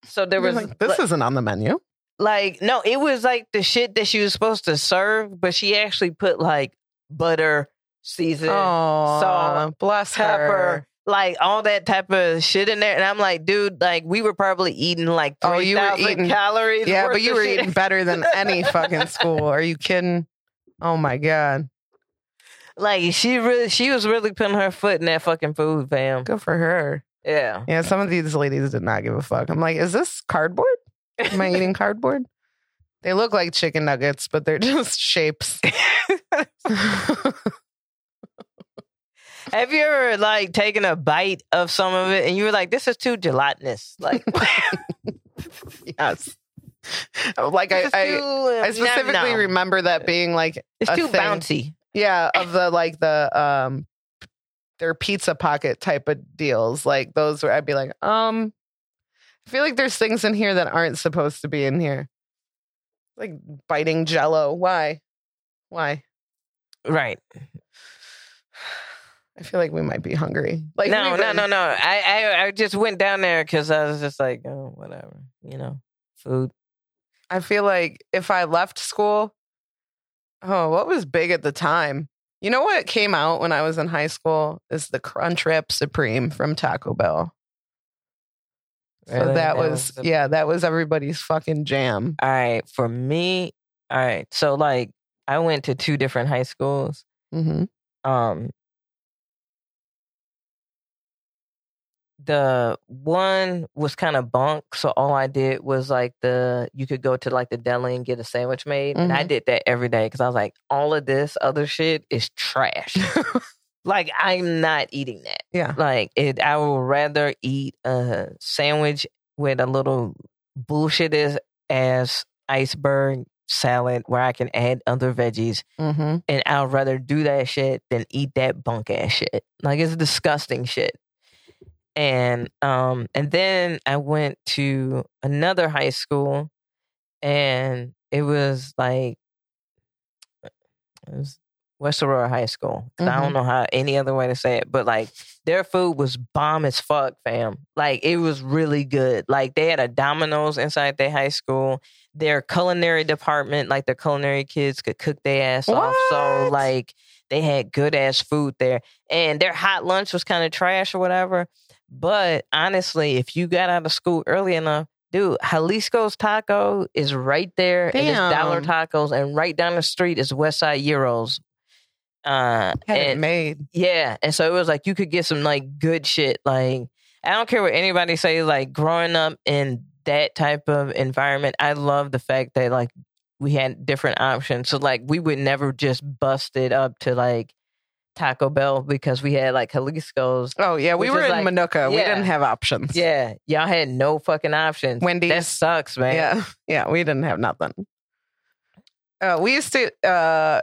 Speaker 1: So there
Speaker 2: You're
Speaker 1: was
Speaker 2: like, this isn't on the menu.
Speaker 1: like no it was like the shit that she was supposed to serve but she actually put like butter season
Speaker 2: Oh,
Speaker 1: salt,
Speaker 2: bless
Speaker 1: pepper
Speaker 2: her.
Speaker 1: like all that type of shit in there and i'm like dude like we were probably eating like
Speaker 2: Oh, you were
Speaker 1: 3000
Speaker 2: eating-
Speaker 1: calories
Speaker 2: Yeah,
Speaker 1: worth
Speaker 2: but you
Speaker 1: of
Speaker 2: were
Speaker 1: shit.
Speaker 2: eating better than any fucking school. Are you kidding? Oh my god,
Speaker 1: like she really she was really putting her foot in that fucking food fam
Speaker 2: good for her.
Speaker 1: yeah
Speaker 2: Yeah, some of these ladies did not give a fuck. I'm like, is this cardboard? Am I eating cardboard? They look like chicken nuggets, but they're just shapes.
Speaker 1: have you ever like taken a bite of some of it and you were like this is too gelatinous like
Speaker 2: yes. Like I,
Speaker 1: this is too,
Speaker 2: I,
Speaker 1: uh,
Speaker 2: I specifically
Speaker 1: nom-nom.
Speaker 2: remember that being like,
Speaker 1: it's
Speaker 2: a
Speaker 1: too
Speaker 2: thing.
Speaker 1: bouncy
Speaker 2: yeah, of the like the um, their pizza pocket type of deals, like those where I'd be like, um, I feel like there's things in here that aren't supposed to be in here, like biting Jello. Why? Why?
Speaker 1: right
Speaker 2: I feel like we might be hungry. Like
Speaker 1: no,
Speaker 2: we've
Speaker 1: no,
Speaker 2: been-
Speaker 1: no, no. I, I, I just went down there because I was just like, oh, whatever, you know, food.
Speaker 2: I feel like if I left school, oh, what was big at the time? You know what came out when I was in high school is the Crunchwrap Supreme from Taco Bell. So
Speaker 1: Really?
Speaker 2: that was
Speaker 1: the-
Speaker 2: yeah, that was everybody's fucking jam.
Speaker 1: All right, for me, all right. So like, I went to two different high schools.
Speaker 2: Mm-hmm.
Speaker 1: Um, the one was kind of bunk, so all I did was like the you could go to like the deli and get a sandwich made, and I did that every day because I was like, all of this other shit is trash. like I'm not eating that.
Speaker 2: Yeah.
Speaker 1: Like it, I would rather eat a sandwich with a little bullshit as, as iceberg salad where I can add other veggies,
Speaker 2: Mm-hmm.
Speaker 1: and I'd rather do that shit than eat that bunk ass shit. Like it's disgusting shit. And um, and then I went to another high school, and it was like it was West Aurora High School. 'Cause I don't know how any other way to say it, but like their food was bomb as fuck, fam. Like it was really good. Like they had a Domino's inside their high school. Their culinary department, like their culinary kids, could cook their ass off. So
Speaker 2: What?
Speaker 1: like they had good ass food there, and their hot lunch was kind of trash or whatever. But honestly, if you got out of school early enough. Dude, Jalisco's Taco is right there, and it's Dollar
Speaker 2: Damn.
Speaker 1: Tacos, and right down the street is Westside Euros. Uh,
Speaker 2: Had it
Speaker 1: and-
Speaker 2: made.
Speaker 1: yeah, and so it was like you could get some like good shit. Like I don't care what anybody say. Like growing up in that type of environment, I love the fact that like we had different options. So like we would never just bust it up to like Taco Bell because we had like Jalisco's.
Speaker 2: Oh yeah, we
Speaker 1: Which
Speaker 2: were
Speaker 1: is
Speaker 2: in
Speaker 1: like-
Speaker 2: Manuka. We
Speaker 1: yeah.
Speaker 2: didn't have options.
Speaker 1: Yeah, y'all had no fucking options.
Speaker 2: Wendy's.
Speaker 1: that sucks, man.
Speaker 2: Yeah. Yeah. We didn't have nothing. Uh, we used to uh,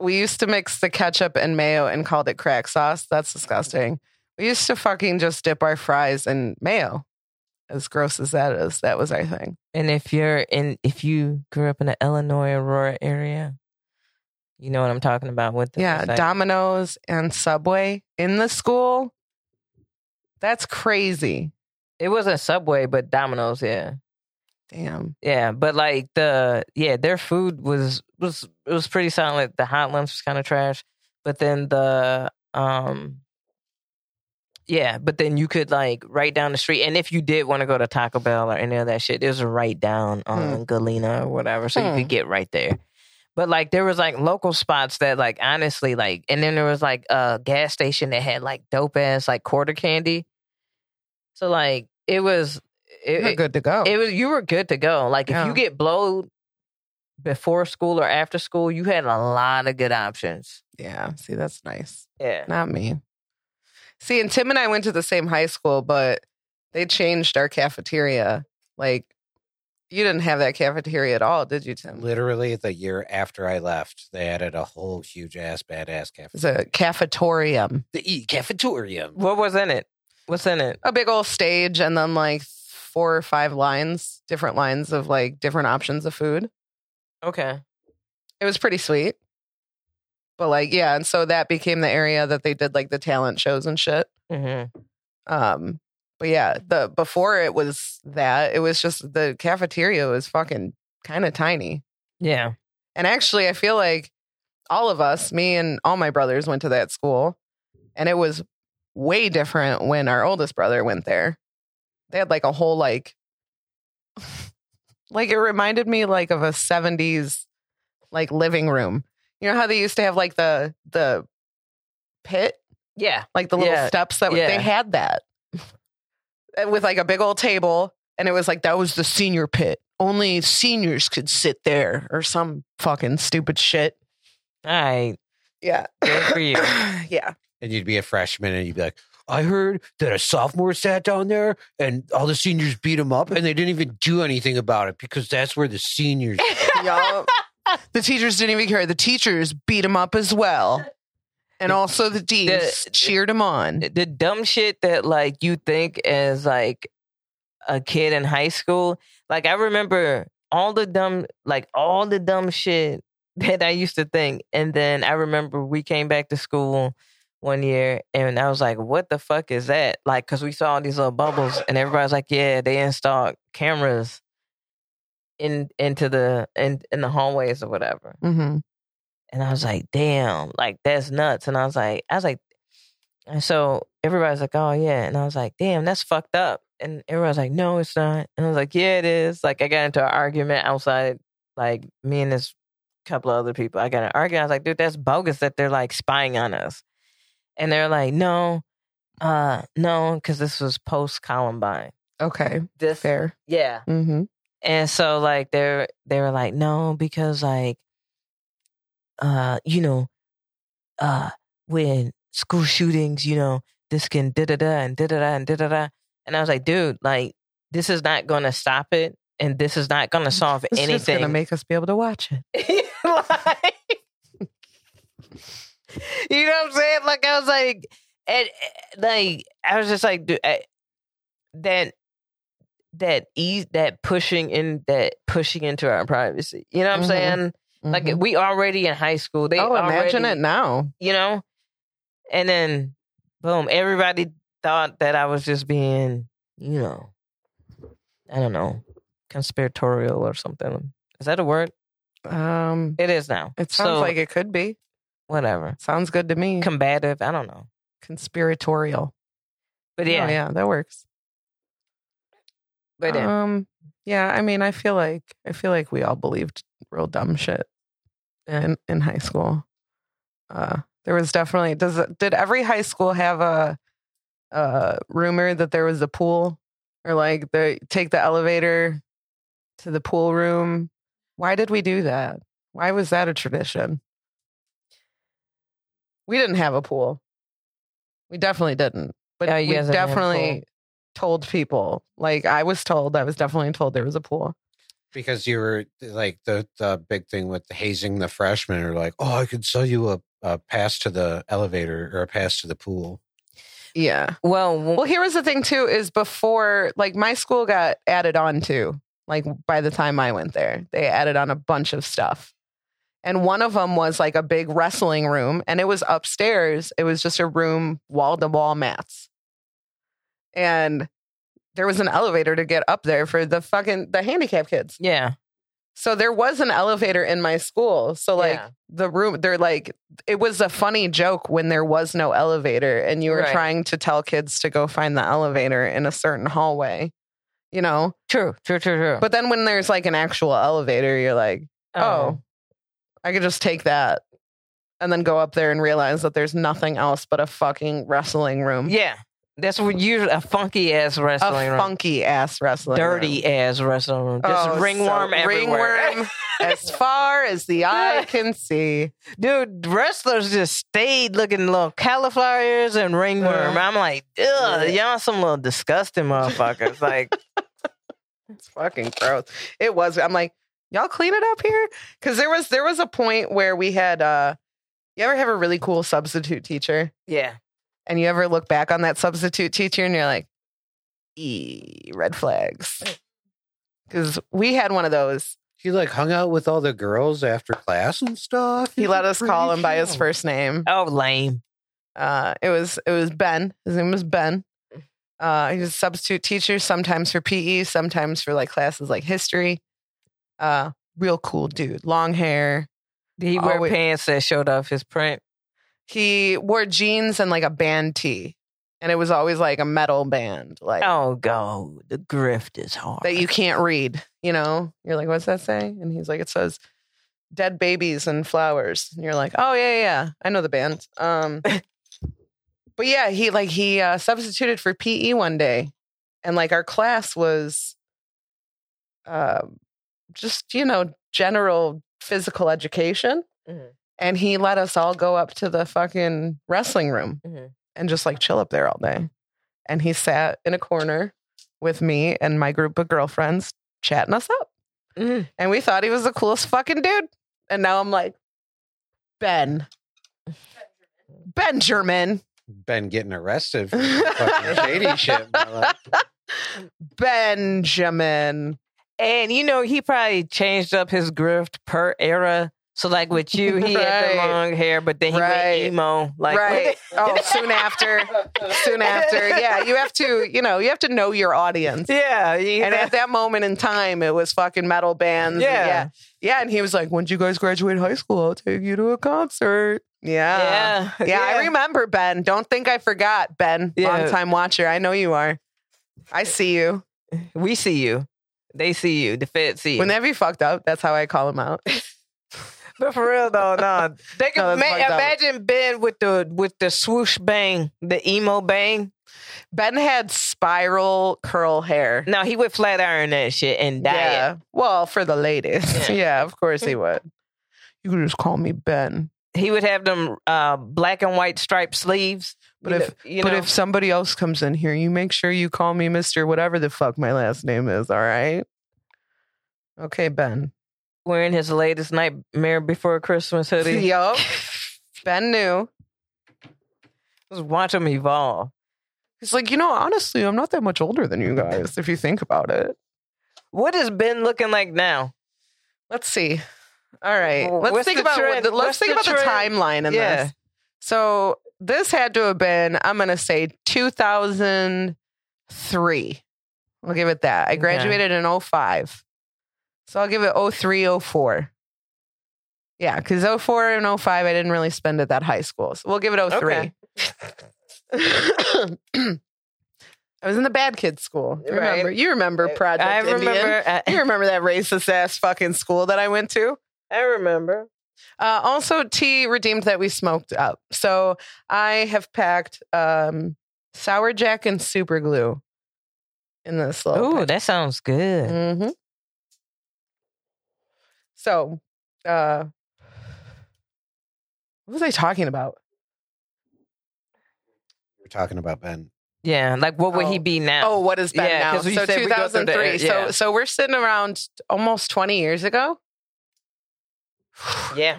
Speaker 2: we used to mix the ketchup and mayo and called it crack sauce. That's disgusting. We used to fucking just dip our fries in mayo. As gross as that is, that was our thing.
Speaker 1: And if you're in, if you grew up in the Illinois Aurora area, you know what I'm talking about. With the
Speaker 2: Yeah,
Speaker 1: it's like-
Speaker 2: Domino's and Subway in the school. That's crazy.
Speaker 1: it wasn't Subway, but Domino's. Yeah.
Speaker 2: Damn.
Speaker 1: Yeah, but like the yeah, their food was was it was pretty solid. The hot lumps was kind of trash, but then the um yeah, but then you could like right down the street, and if you did want to go to Taco Bell or any of that shit, there's a right down on Galena or whatever, so you
Speaker 2: Hmm.
Speaker 1: could get right there. But like there was like local spots that like honestly like, and then there was like a gas station that had like dope ass like quarter candy. So like it was it,
Speaker 2: You're
Speaker 1: it-
Speaker 2: good to go.
Speaker 1: it was you were good to go. Like if
Speaker 2: Yeah.
Speaker 1: you get blowed before school or after school, you had a lot of good options.
Speaker 2: yeah. See, that's nice.
Speaker 1: Yeah.
Speaker 2: Not me. See, and Tim and I went to the same high school, but they changed our cafeteria. Like, you didn't have that cafeteria at all, did you, Tim?
Speaker 3: Literally the year after I left, they added a whole huge ass badass cafe.
Speaker 2: It's a cafetorium,
Speaker 3: The E cafetorium.
Speaker 1: What was in it? What's in it?
Speaker 2: a big old stage, and then like four or five lines, different lines of like different options of food.
Speaker 1: Okay.
Speaker 2: It was pretty sweet. But like, yeah. And so that became the area that they did like the talent shows and shit.
Speaker 1: hmm
Speaker 2: Um, but yeah, the before it was that it was just the cafeteria was fucking kind of tiny.
Speaker 1: Yeah.
Speaker 2: And actually, I feel like all of us, me and all my brothers, went to that school, and it was way different when our oldest brother went there. They had like a whole like, like it reminded me like of a seventies like living room. You know how they used to have like the the pit
Speaker 1: Yeah.
Speaker 2: like the little
Speaker 1: Yeah.
Speaker 2: steps that
Speaker 1: Yeah.
Speaker 2: they had that And with like a big old table and it was like that was the senior pit only seniors could sit there or some fucking stupid shit
Speaker 1: All right.
Speaker 2: yeah
Speaker 1: Good for you.
Speaker 2: yeah
Speaker 3: And you'd be a freshman and you'd be like, I heard that a sophomore sat down there and all the seniors beat him up and they didn't even do anything about it because that's where the seniors
Speaker 2: Yup. the teachers didn't even care the teachers beat him up as well and also the deans
Speaker 1: The-
Speaker 2: cheered him on
Speaker 1: The dumb shit that like you think as like a kid in high school. Like I remember all the dumb like all the dumb shit that I used to think. And then I remember we came back to school one year and I was like, what the fuck is that? Like, cause we saw all these little bubbles and everybody's like, yeah, they installed cameras in into the in in the hallways or whatever.
Speaker 2: mm-hmm.
Speaker 1: And I was like, damn, like that's nuts. And I was like, I was like, and so everybody's like, oh yeah. And I was like, damn, that's fucked up. And everybody's like, no, it's not. And I was like, yeah, it is. Like I got into an argument outside, like me and this couple of other people. I got in an argument. I was like, dude, that's bogus that they're like spying on us. And they're like, no, uh, no, because this was post Columbine.
Speaker 2: okay
Speaker 1: This,
Speaker 2: fair
Speaker 1: yeah.
Speaker 2: mm-hmm.
Speaker 1: And so like they're they were like, no, because like uh, you know, uh when school shootings, you know, this can da da da and da da da and da da da. And I was like, dude, like this is not gonna stop it and this is not gonna solve
Speaker 2: it's just
Speaker 1: anything.
Speaker 2: gonna make us be able to watch it
Speaker 1: Like- you know what I'm saying? Like I was like, and eh, like I was just like, dude, I, that that ease, that pushing in, that pushing into our privacy. You know what I'm
Speaker 2: Mhm.
Speaker 1: saying? Like
Speaker 2: Mhm.
Speaker 1: we already in high school. They
Speaker 2: oh imagine
Speaker 1: already-
Speaker 2: it now
Speaker 1: you know? And then boom, everybody thought that I was just being, you know, I don't know, conspiratorial or something. Is that a word?
Speaker 2: um
Speaker 1: It is now.
Speaker 2: it sounds
Speaker 1: So,
Speaker 2: like it could be
Speaker 1: whatever.
Speaker 2: sounds good to me
Speaker 1: Combative, I don't know.
Speaker 2: conspiratorial.
Speaker 1: But
Speaker 2: Yeah,
Speaker 1: yeah, Uh-huh.
Speaker 2: oh, yeah, that works.
Speaker 1: but yeah.
Speaker 2: um, yeah, I mean, I feel like I feel like we all believed real dumb shit in in high school. Uh, there was definitely does did every high school have a a rumor that there was a pool or like the take the elevator to the pool room? Why did we do that? Why was that a tradition? We didn't have a pool. We definitely didn't. But
Speaker 1: Yeah, you
Speaker 2: we
Speaker 1: guys didn't have a pool.
Speaker 2: definitely told people. Like I was told, I was definitely told there was a pool.
Speaker 3: because you were like the the big thing with hazing the freshmen are like, oh, I could sell you a, a pass to the elevator or a pass to the pool.
Speaker 2: Yeah.
Speaker 1: well, w-
Speaker 2: Well, here was the thing too: is before, like, my school got added on to. Like by the time I went there, they added on a bunch of stuff, and one of them was like a big wrestling room, and it was upstairs. It was just a room, wall to wall mats, and there was an elevator to get up there for the fucking the handicap kids.
Speaker 1: Yeah.
Speaker 2: So there was an elevator in my school. So like
Speaker 1: Yeah.
Speaker 2: the room, they're like, it was a funny joke when there was no elevator and you were
Speaker 1: Right.
Speaker 2: trying to tell kids to go find the elevator in a certain hallway, you know.
Speaker 1: True. True. True. True.
Speaker 2: But then when there's like an actual elevator, you're like,
Speaker 1: Uh-huh.
Speaker 2: oh, I could just take that and then go up there and realize that there's nothing else but a fucking wrestling room.
Speaker 1: yeah. That's what you're mm-hmm. a funky ass
Speaker 2: a
Speaker 1: wrestling room,
Speaker 2: funky ass wrestling. room.
Speaker 1: dirty ass wrestling room. Just
Speaker 2: Oh,
Speaker 1: ringworm
Speaker 2: so
Speaker 1: everywhere.
Speaker 2: Ringworm as far as the eye can see.
Speaker 1: Dude, wrestlers just stayed looking little cauliflower ears and ringworm.
Speaker 2: Uh,
Speaker 1: I'm like, ugh,
Speaker 2: yeah.
Speaker 1: y'all some little disgusting motherfuckers. like,
Speaker 2: It's fucking gross. It was. I'm like, y'all clean it up here? Cause there was there was a point where we had uh you ever have a really cool substitute teacher
Speaker 1: yeah,
Speaker 2: and you ever look back on that substitute teacher and you're like, e red flags. Cause we had one of those.
Speaker 3: He like hung out with all the girls after class and stuff.
Speaker 2: He
Speaker 3: He's
Speaker 2: let
Speaker 3: a
Speaker 2: us call
Speaker 3: pretty
Speaker 2: him by his
Speaker 3: child.
Speaker 2: first name.
Speaker 1: oh, lame.
Speaker 2: Uh, it was it was Ben. His name was Ben. Uh, he was a substitute teacher, sometimes for PE, sometimes for like classes like history. Uh, real cool dude, long hair.
Speaker 1: Did he wear
Speaker 2: Always-
Speaker 1: pants that showed off his print?
Speaker 2: He wore jeans and like a band tee, and it was always like a metal band, like
Speaker 1: Oh, go. The grift is hard.
Speaker 2: that you can't read. You know, you're like, what's that say? And he's like, it says dead babies and flowers. And you're like, oh yeah, yeah, yeah. I know the band. Um, but yeah, he like he uh, substituted for PE one day, and like our class was, uh, just you know general physical education.
Speaker 1: Mhm.
Speaker 2: And he let us all go up to the fucking wrestling room
Speaker 1: Mhm.
Speaker 2: and just like chill up there all day. And he sat in a corner with me and my group of girlfriends chatting us up.
Speaker 1: Mhm.
Speaker 2: And we thought he was the coolest fucking dude. And now I'm like, Ben. Benjamin.
Speaker 3: been getting arrested for fucking shady shit. Marla.
Speaker 2: Benjamin.
Speaker 1: And you know, he probably changed up his grift per era. So like with you, he had the
Speaker 2: Right.
Speaker 1: long hair, but then he
Speaker 2: Right.
Speaker 1: went emo. Like
Speaker 2: right. oh, soon after. Soon after. Yeah. You have to, you know, you have to know your audience.
Speaker 1: Yeah. you-
Speaker 2: And at that moment in time, it was fucking metal bands.
Speaker 1: Yeah.
Speaker 2: yeah. Yeah, And he was like, once you guys graduate high school, I'll take you to a concert. Yeah.
Speaker 1: yeah.
Speaker 2: uh, Yeah. I remember, Ben. Don't think I forgot, Ben.
Speaker 1: Yeah.
Speaker 2: Long time watcher. I know you are. I see you.
Speaker 1: We see you. They see you. The feds see you.
Speaker 2: Whenever you fucked up, that's how I call him out.
Speaker 1: But for real though, no. They
Speaker 2: No,
Speaker 1: can
Speaker 2: that's
Speaker 1: ma-
Speaker 2: fucked up.
Speaker 1: imagine Ben with the with the swoosh bang, the emo bang.
Speaker 2: Ben had spiral curl hair.
Speaker 1: No, he would flat iron that shit and dye
Speaker 2: Yeah. Well, for the ladies.
Speaker 1: Yeah.
Speaker 2: Yeah. of course he would. You could just call me Ben.
Speaker 1: it. He would have them uh, black and white striped sleeves.
Speaker 2: But
Speaker 1: You
Speaker 2: if-
Speaker 1: know- you
Speaker 2: but
Speaker 1: know.
Speaker 2: if somebody else comes in here, you make sure you call me Mr. Whatever the fuck my last name is, all right? Okay, Ben.
Speaker 1: wearing his latest Nightmare Before Christmas hoodie.
Speaker 2: Yup. ben knew.
Speaker 1: Just watch him evolve.
Speaker 2: He's like, you know, honestly, I'm not that much older than you guys if you think about it.
Speaker 1: What is Ben looking like now?
Speaker 2: Let's see. All right.
Speaker 1: Well,
Speaker 2: Let's
Speaker 1: what's
Speaker 2: think
Speaker 1: the
Speaker 2: about what
Speaker 1: trend?
Speaker 2: the- let's
Speaker 1: What's
Speaker 2: think
Speaker 1: the
Speaker 2: about the
Speaker 1: trend?
Speaker 2: timeline in
Speaker 1: Yeah.
Speaker 2: this. So this had to have been, I'm gonna say 2003. I'll give it that. I
Speaker 1: Okay.
Speaker 2: graduated in 05. So I'll give it 03, 04. Yeah, because 04 and 05, I didn't really spend at that high school. So we'll give it 03.
Speaker 1: Okay.
Speaker 2: I was in the bad kids school.
Speaker 1: Right.
Speaker 2: Remember, you remember Project
Speaker 1: I
Speaker 2: Indian.
Speaker 1: remember. I,
Speaker 2: You remember that racist ass fucking school that I went to?
Speaker 1: I remember.
Speaker 2: Uh, also, T redeemed that we smoked up. So I have packed um, sour jack and super glue in this little.
Speaker 1: Ooh, that sounds good.
Speaker 2: hmm So, uh, what was I talking about?
Speaker 3: We're talking about Ben.
Speaker 1: Yeah, like what would he
Speaker 2: Oh.
Speaker 1: be now?
Speaker 2: Oh, what has been
Speaker 1: Yeah,
Speaker 2: now?
Speaker 1: 'cause you
Speaker 2: So
Speaker 1: said we go through the
Speaker 2: 2003.
Speaker 1: era, yeah.
Speaker 2: So so we're sitting around almost 20 years ago.
Speaker 1: yeah.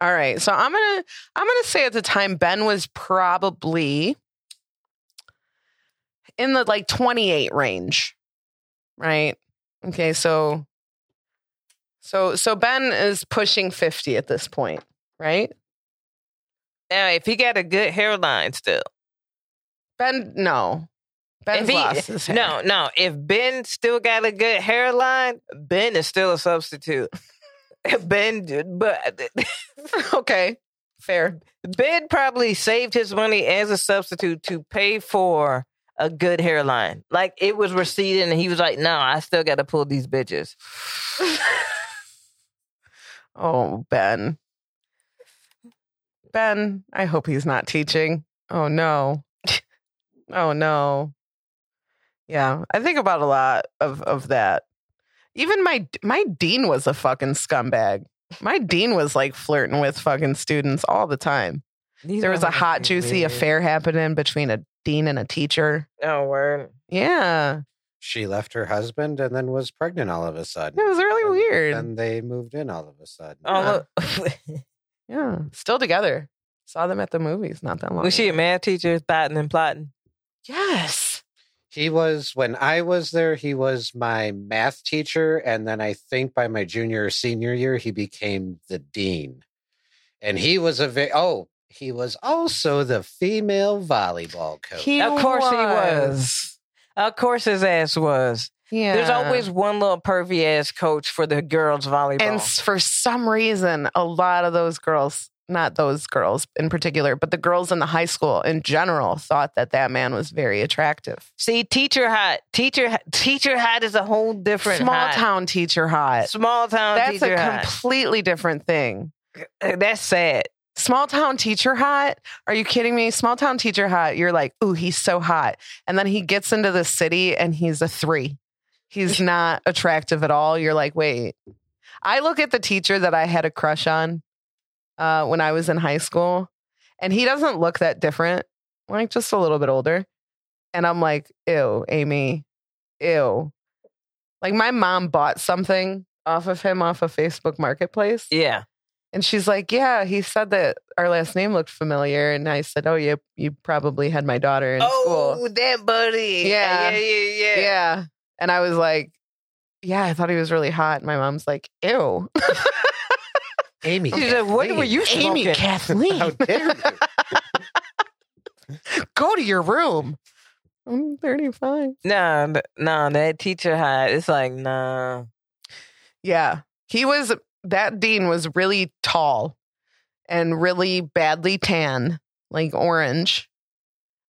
Speaker 2: All right. So I'm gonna I'm gonna say at the time Ben was probably in the like 28 range. Right? Okay, so so so Ben is pushing 50 at this point, right?
Speaker 1: now, if he got a good hairline still,
Speaker 2: Ben no. Ben's
Speaker 1: If he-
Speaker 2: lost his hair.
Speaker 1: No, no. If Ben still got a good hairline, Ben is still a substitute. ben, but
Speaker 2: okay. Fair.
Speaker 1: Ben probably saved his money as a substitute to pay for a good hairline. Like it was receding, and he was like, "No, I still got to pull these bitches."
Speaker 2: Oh, Ben. Ben, I hope he's not teaching. Oh no. oh no. Yeah, I think about a lot of of that. Even my my dean was a fucking scumbag. My dean was like flirting with fucking students all the time.
Speaker 1: These
Speaker 2: There was a
Speaker 1: motherfuckers
Speaker 2: hot juicy
Speaker 1: weird.
Speaker 2: affair happening between a dean and a teacher.
Speaker 1: Oh word.
Speaker 2: Yeah.
Speaker 3: She left her husband and then was pregnant all of a
Speaker 2: It
Speaker 3: sudden.
Speaker 2: was really weird.
Speaker 3: And then they moved in all of a sudden.
Speaker 2: Uh,
Speaker 1: Oh, look.
Speaker 2: Yeah. Still together. Saw them at the movies not that long.
Speaker 1: was she a math teacher thoughting and plotting?
Speaker 2: Yes.
Speaker 3: He was when I was there. He was my math teacher, and then I think by my junior or senior year, he became the dean. And he was a ve- oh, he was also the female volleyball coach.
Speaker 2: He
Speaker 1: Of course he was. Of course, his ass was.
Speaker 2: Yeah.
Speaker 1: There's always one little pervy ass coach for the girls volleyball.
Speaker 2: and s- for some reason a lot of those girls, not those girls in particular, but the girls in the high school in general thought that that man was very attractive.
Speaker 1: See, teacher hot, teacher hot- teacher hot is a whole different
Speaker 2: Small
Speaker 1: hot.
Speaker 2: town teacher hot.
Speaker 1: Small town
Speaker 2: That's
Speaker 1: teacher
Speaker 2: a uh,
Speaker 1: hot.
Speaker 2: completely different thing.
Speaker 1: That's sad.
Speaker 2: Small town teacher hot? Are you kidding me? Small town teacher hot. You're like, ooh, he's so hot. And then he gets into the city and he's a three. He's not attractive at all. You're like, wait. I look at the teacher that I had a crush on uh, when I was in high school, and he doesn't look that different, like just a little bit older. And I'm like, ew, Amy, ew. Like my mom bought something off of him off of Facebook Marketplace.
Speaker 1: Yeah.
Speaker 2: And she's like, "Yeah, he said that our last name looked familiar." And I said, "Oh, you you probably had my daughter in school."
Speaker 1: Oh, that buddy.
Speaker 2: Yeah.
Speaker 1: Yeah. Yeah.
Speaker 2: Yeah.
Speaker 1: Yeah.
Speaker 2: And I was like, "Yeah, I thought he was really hot." And my mom's like, "Ew,
Speaker 3: Amy,
Speaker 1: She's like, what were you
Speaker 3: Kathleen.
Speaker 1: smoking?
Speaker 3: How
Speaker 2: Kathleen,
Speaker 3: dare you?
Speaker 2: go to your room." I'm 35.
Speaker 1: Nah, th- nah, that teacher hot. It's like, nah.
Speaker 2: Yeah. He was that dean was really tall and really badly tan, like orange.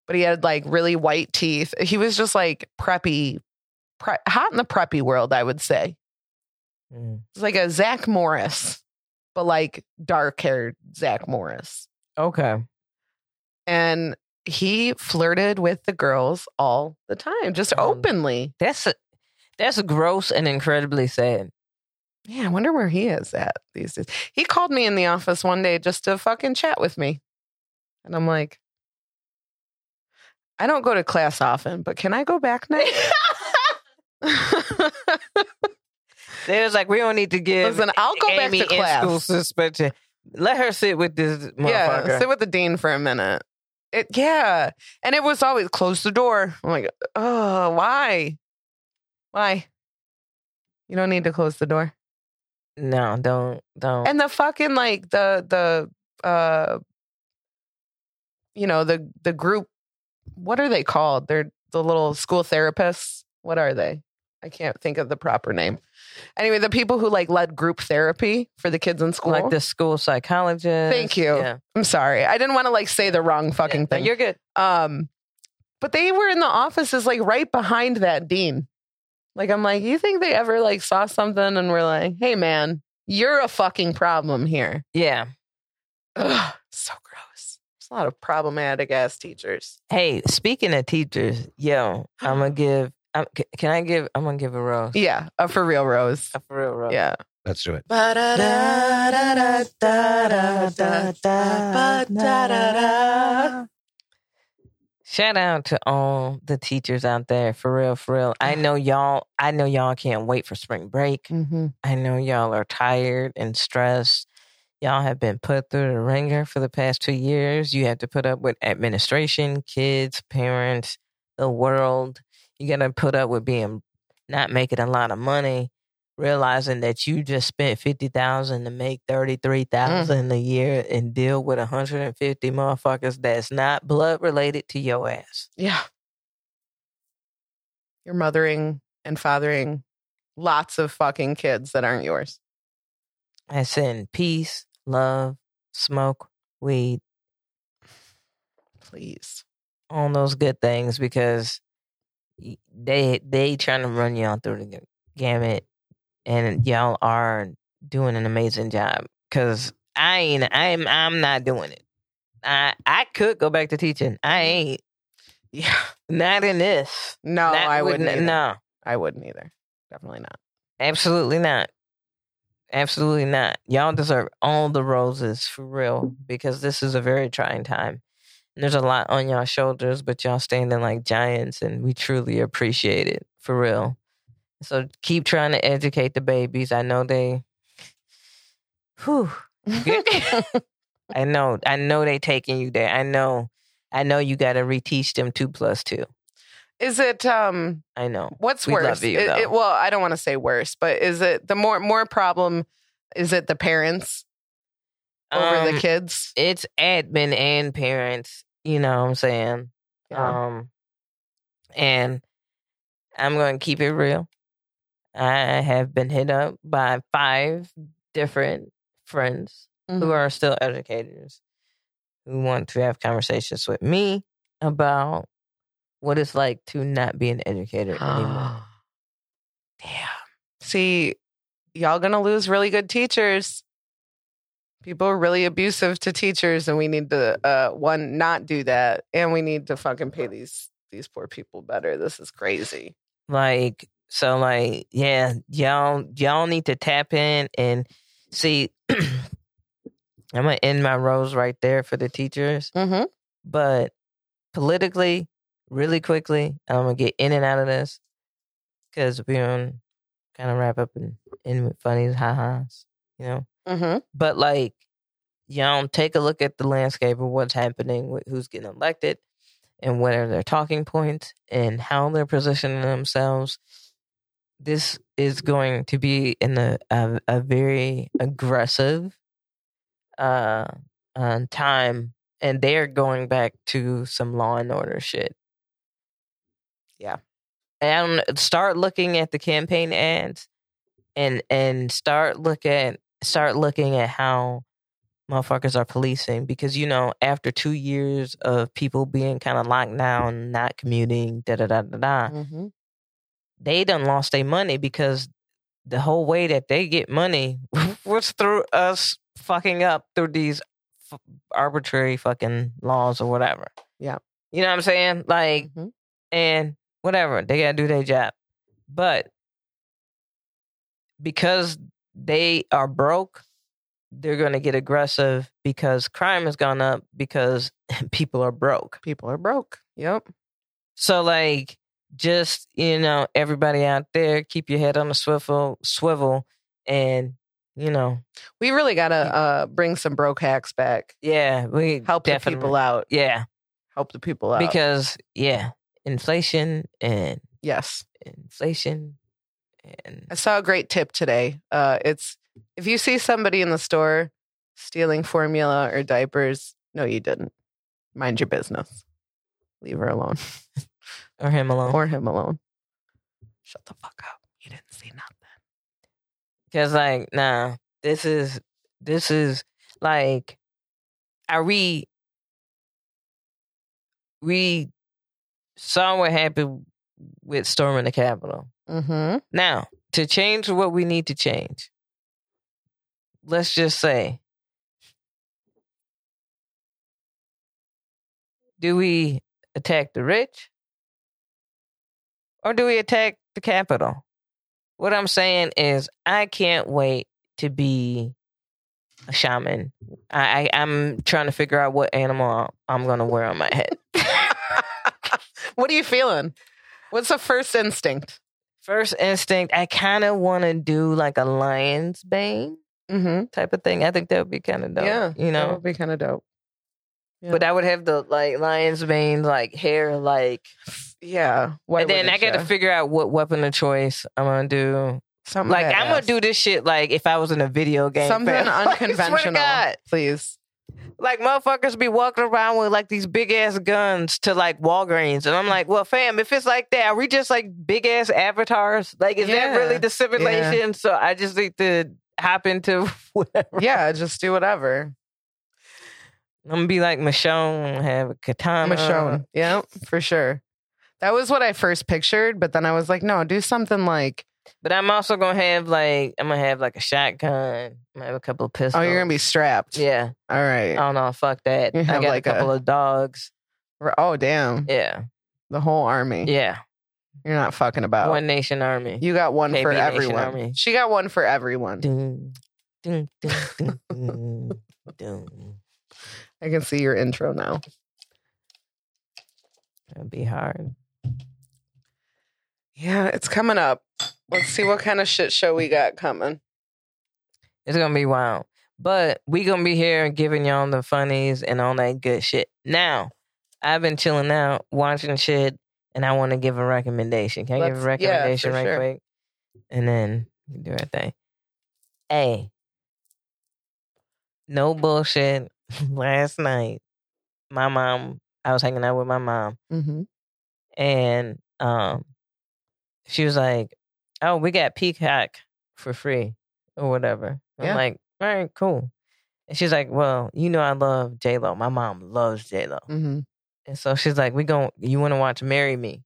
Speaker 2: But he had like really white teeth. He was just like preppy, pre- hot in the preppy world, I would say.
Speaker 1: Mm.
Speaker 2: It's like a Zach Morris, but like dark haired Zach Morris.
Speaker 1: Okay.
Speaker 2: And he flirted with the girls all the time, just
Speaker 1: Um,
Speaker 2: openly.
Speaker 1: That's that's gross and incredibly sad.
Speaker 2: Yeah, I wonder where he is at these days. He called me in the office one day just to fucking chat with me. And I'm like, I don't go to class often, but can I go back now?
Speaker 1: They was like, we don't need to give
Speaker 2: Listen, I'll go back
Speaker 1: Amy
Speaker 2: to
Speaker 1: in school
Speaker 2: class.
Speaker 1: suspension. Let her sit with this motherfucker.
Speaker 2: Yeah, sit with the dean for a minute. It, yeah. And it was always close the door. I'm like, oh, why? Why? You don't need to close the door.
Speaker 1: no, don't, don't.
Speaker 2: and the fucking like the the uh you know the the group what are they called they're the little school therapists what are they i can't think of the proper name anyway the people who like led group therapy for the kids in school
Speaker 1: like the school psychologist.
Speaker 2: Thank you.
Speaker 1: Yeah.
Speaker 2: i'm sorry i didn't want to like say the wrong fucking
Speaker 1: Yeah,
Speaker 2: thing
Speaker 1: You're good.
Speaker 2: um, but they were in the offices like right behind that dean. Like I'm like, you think they ever like saw something and were like, hey man, you're a fucking problem here.
Speaker 1: Yeah.
Speaker 2: Ugh, so gross. There's a lot of problematic ass teachers.
Speaker 1: Hey, speaking of teachers, yo, I'm gonna give. I'm, c- can I give? I'm gonna give a rose.
Speaker 2: Yeah, a for real rose.
Speaker 1: A for real rose.
Speaker 2: Yeah.
Speaker 3: Let's do it.
Speaker 2: Mm-hmm.
Speaker 1: Shout out to all the teachers out there. For real, for real. I know y'all. I know y'all can't wait for spring break.
Speaker 2: Mm-hmm.
Speaker 1: I know y'all are tired and stressed. Y'all have been put through the ringer for the past two years. You have to put up with administration, kids, parents, the world. You got to put up with being not making a lot of money, realizing that you just spent fifty thousand to make thirty three thousand a year and deal with hundred and fifty motherfuckers that's not blood related to your ass.
Speaker 2: Yeah. You're mothering and fathering lots of fucking kids that aren't yours.
Speaker 1: I send peace, love, smoke, weed,
Speaker 2: Please.
Speaker 1: all those good things because y- they they trying to run y'all through the g- gamut, and y'all are doing an amazing job. Cause I ain't, I'm, I'm not doing it. I I could go back to teaching.
Speaker 2: Mm-hmm.
Speaker 1: I ain't
Speaker 2: Yeah.
Speaker 1: not in this.
Speaker 2: No,
Speaker 1: Not
Speaker 2: Oh, I
Speaker 1: with-
Speaker 2: wouldn't. either.
Speaker 1: No,
Speaker 2: I wouldn't either. Definitely not.
Speaker 1: absolutely not. Absolutely not. Y'all deserve all the roses for
Speaker 2: Mm-hmm.
Speaker 1: real because this is a very trying time. And there's a lot on y'all shoulders, but y'all standing like giants, and we truly appreciate it for real. So keep trying to educate the babies. I know they. Whew. I know. I know they taking you there. I know. I know you got to reteach them two plus two.
Speaker 2: Is it um
Speaker 1: I know.
Speaker 2: what's
Speaker 1: We love
Speaker 2: worse?
Speaker 1: you,
Speaker 2: It-
Speaker 1: though.
Speaker 2: it- well, I don't want to say worse, but is it the more more problem is it the parents over
Speaker 1: Um,
Speaker 2: the kids?
Speaker 1: it's admin and parents. You know what I'm saying?
Speaker 2: Yeah.
Speaker 1: Um, and I'm going to keep it real. I have been hit up by five different friends who
Speaker 2: Mhm.
Speaker 1: are still educators who want to have conversations with me about what it's like to not be an educator
Speaker 2: Ah.
Speaker 1: anymore.
Speaker 2: Damn. See, y'all gonna lose really good teachers. People are really abusive to teachers, and we need to uh one not do that, and we need to fucking pay these these poor people better. This is crazy.
Speaker 1: Like so like yeah, y'all y'all need to tap in and see I'm gonna end my roles right there for the teachers.
Speaker 2: Mm-hmm.
Speaker 1: But politically, really quickly, I'm gonna get in and out of this because we on kind of wrap up and end with funnies, ha ha's, you know.
Speaker 2: Mm-hmm.
Speaker 1: But like, y'all take a look at the landscape of what's happening with who's getting elected and what are their talking points and how they're positioning themselves. This is going to be in a a, a very aggressive uh, uh time, and they're going back to some law and order shit.
Speaker 2: Yeah.
Speaker 1: and I don't- start looking at the campaign ads, and and start look at start looking at how motherfuckers are policing because you know after two years of people being kind of locked down, not commuting, da da da da da,
Speaker 2: Mm-hmm.
Speaker 1: they done lost their money because the whole way that they get money was through us fucking up through these f- arbitrary fucking laws or whatever.
Speaker 2: Yeah.
Speaker 1: you know what I'm saying? Like
Speaker 2: mm-hmm.
Speaker 1: and whatever they gotta do their job but because they are broke they're gonna get aggressive because crime has gone up because people are broke
Speaker 2: People are broke. Yep.
Speaker 1: so like just you know everybody out there keep your head on a swivel swivel and you know
Speaker 2: We really gotta uh bring some broke hacks back.
Speaker 1: yeah we
Speaker 2: Help the people out.
Speaker 1: yeah
Speaker 2: Help the people out.
Speaker 1: because yeah inflation and
Speaker 2: yes.
Speaker 1: inflation and
Speaker 2: I saw a great tip today. Uh, it's if you see somebody in the store stealing formula or diapers, no, you didn't. Mind your business. Leave her alone
Speaker 1: or him alone
Speaker 2: or him alone. Shut the fuck up. You didn't see nothing.
Speaker 1: Cause like, nah, this is this is like, are we? We saw what happened with storming the Capitol.
Speaker 2: Mm-hmm.
Speaker 1: Now to change what we need to change, let's just say, do we attack the rich, or do we attack the Capitol? what I'm saying is I can't wait to be a shaman. I, I I'm trying to figure out what animal I'm gonna wear on my head.
Speaker 2: what are you feeling? What's the first instinct?
Speaker 1: First instinct, I kind of want to do like a lion's bane
Speaker 2: Mm-hmm.
Speaker 1: type of thing. I think that would be kind of dope.
Speaker 2: Yeah,
Speaker 1: you
Speaker 2: That
Speaker 1: know.
Speaker 2: would be kind of dope. yeah.
Speaker 1: But I would have the like lion's bane like hair like,
Speaker 2: Yeah. Why
Speaker 1: and then I
Speaker 2: wouldn't
Speaker 1: got to
Speaker 2: ya?
Speaker 1: figure out what weapon of choice I'm gonna do.
Speaker 2: something
Speaker 1: Like I'm gonna
Speaker 2: badass.
Speaker 1: do this shit like if I was in a video game.
Speaker 2: something
Speaker 1: fam. Like, I swear to
Speaker 2: unconventional,
Speaker 1: God.
Speaker 2: please.
Speaker 1: Like motherfuckers be walking around with like these big ass guns to like Walgreens, and I'm like, well, fam, if it's like that, are we just like big ass avatars? Like, is
Speaker 2: Yeah.
Speaker 1: that really the simulation? So I just need to hop into whatever.
Speaker 2: yeah, just do whatever.
Speaker 1: I'm gonna be like Michonne, have a katana.
Speaker 2: Michonne. Yeah, for sure. That was what I first pictured, but then I was like, no, do something like,
Speaker 1: but I'm also gonna have like I'm gonna have like a shotgun. I'm gonna have a couple of pistols.
Speaker 2: oh, you're gonna be strapped.
Speaker 1: yeah.
Speaker 2: All right.
Speaker 1: Oh no, fuck that.
Speaker 2: You
Speaker 1: I
Speaker 2: have
Speaker 1: got
Speaker 2: like
Speaker 1: a couple
Speaker 2: a-
Speaker 1: of dogs.
Speaker 2: Or- Oh, damn.
Speaker 1: Yeah,
Speaker 2: The whole army.
Speaker 1: yeah.
Speaker 2: You're not fucking about.
Speaker 1: One Nation Army.
Speaker 2: Mm, oh. you got one
Speaker 1: KB
Speaker 2: for
Speaker 1: Nation
Speaker 2: everyone.
Speaker 1: Army.
Speaker 2: She got one for everyone.
Speaker 1: Dun, dun, dun, dun, dun, dun.
Speaker 2: I can see your intro now.
Speaker 1: That'd be hard.
Speaker 2: Yeah, it's coming up. Let's see what kind of shit show we got coming.
Speaker 1: It's gonna be wild. But we gonna be here giving y'all the funnies and all that good shit. Now, I've been chilling out, watching shit, and I want to give a recommendation. Can I give a
Speaker 2: Let's- yeah, for
Speaker 1: recommendation right
Speaker 2: sure.
Speaker 1: quick? And then you do our thing. Hey, no bullshit. Last night, my mom. I was hanging out with my mom.
Speaker 2: Mm-hmm.
Speaker 1: and um, she was like, "Oh, we got Peacock for free or whatever." I'm
Speaker 2: Yeah.
Speaker 1: like, "All right, cool." And she's like, "Well, you know, I love J Lo. My mom loves J Lo,
Speaker 2: Mm-hmm.
Speaker 1: and so she's like, we going you want to watch Marry Me?"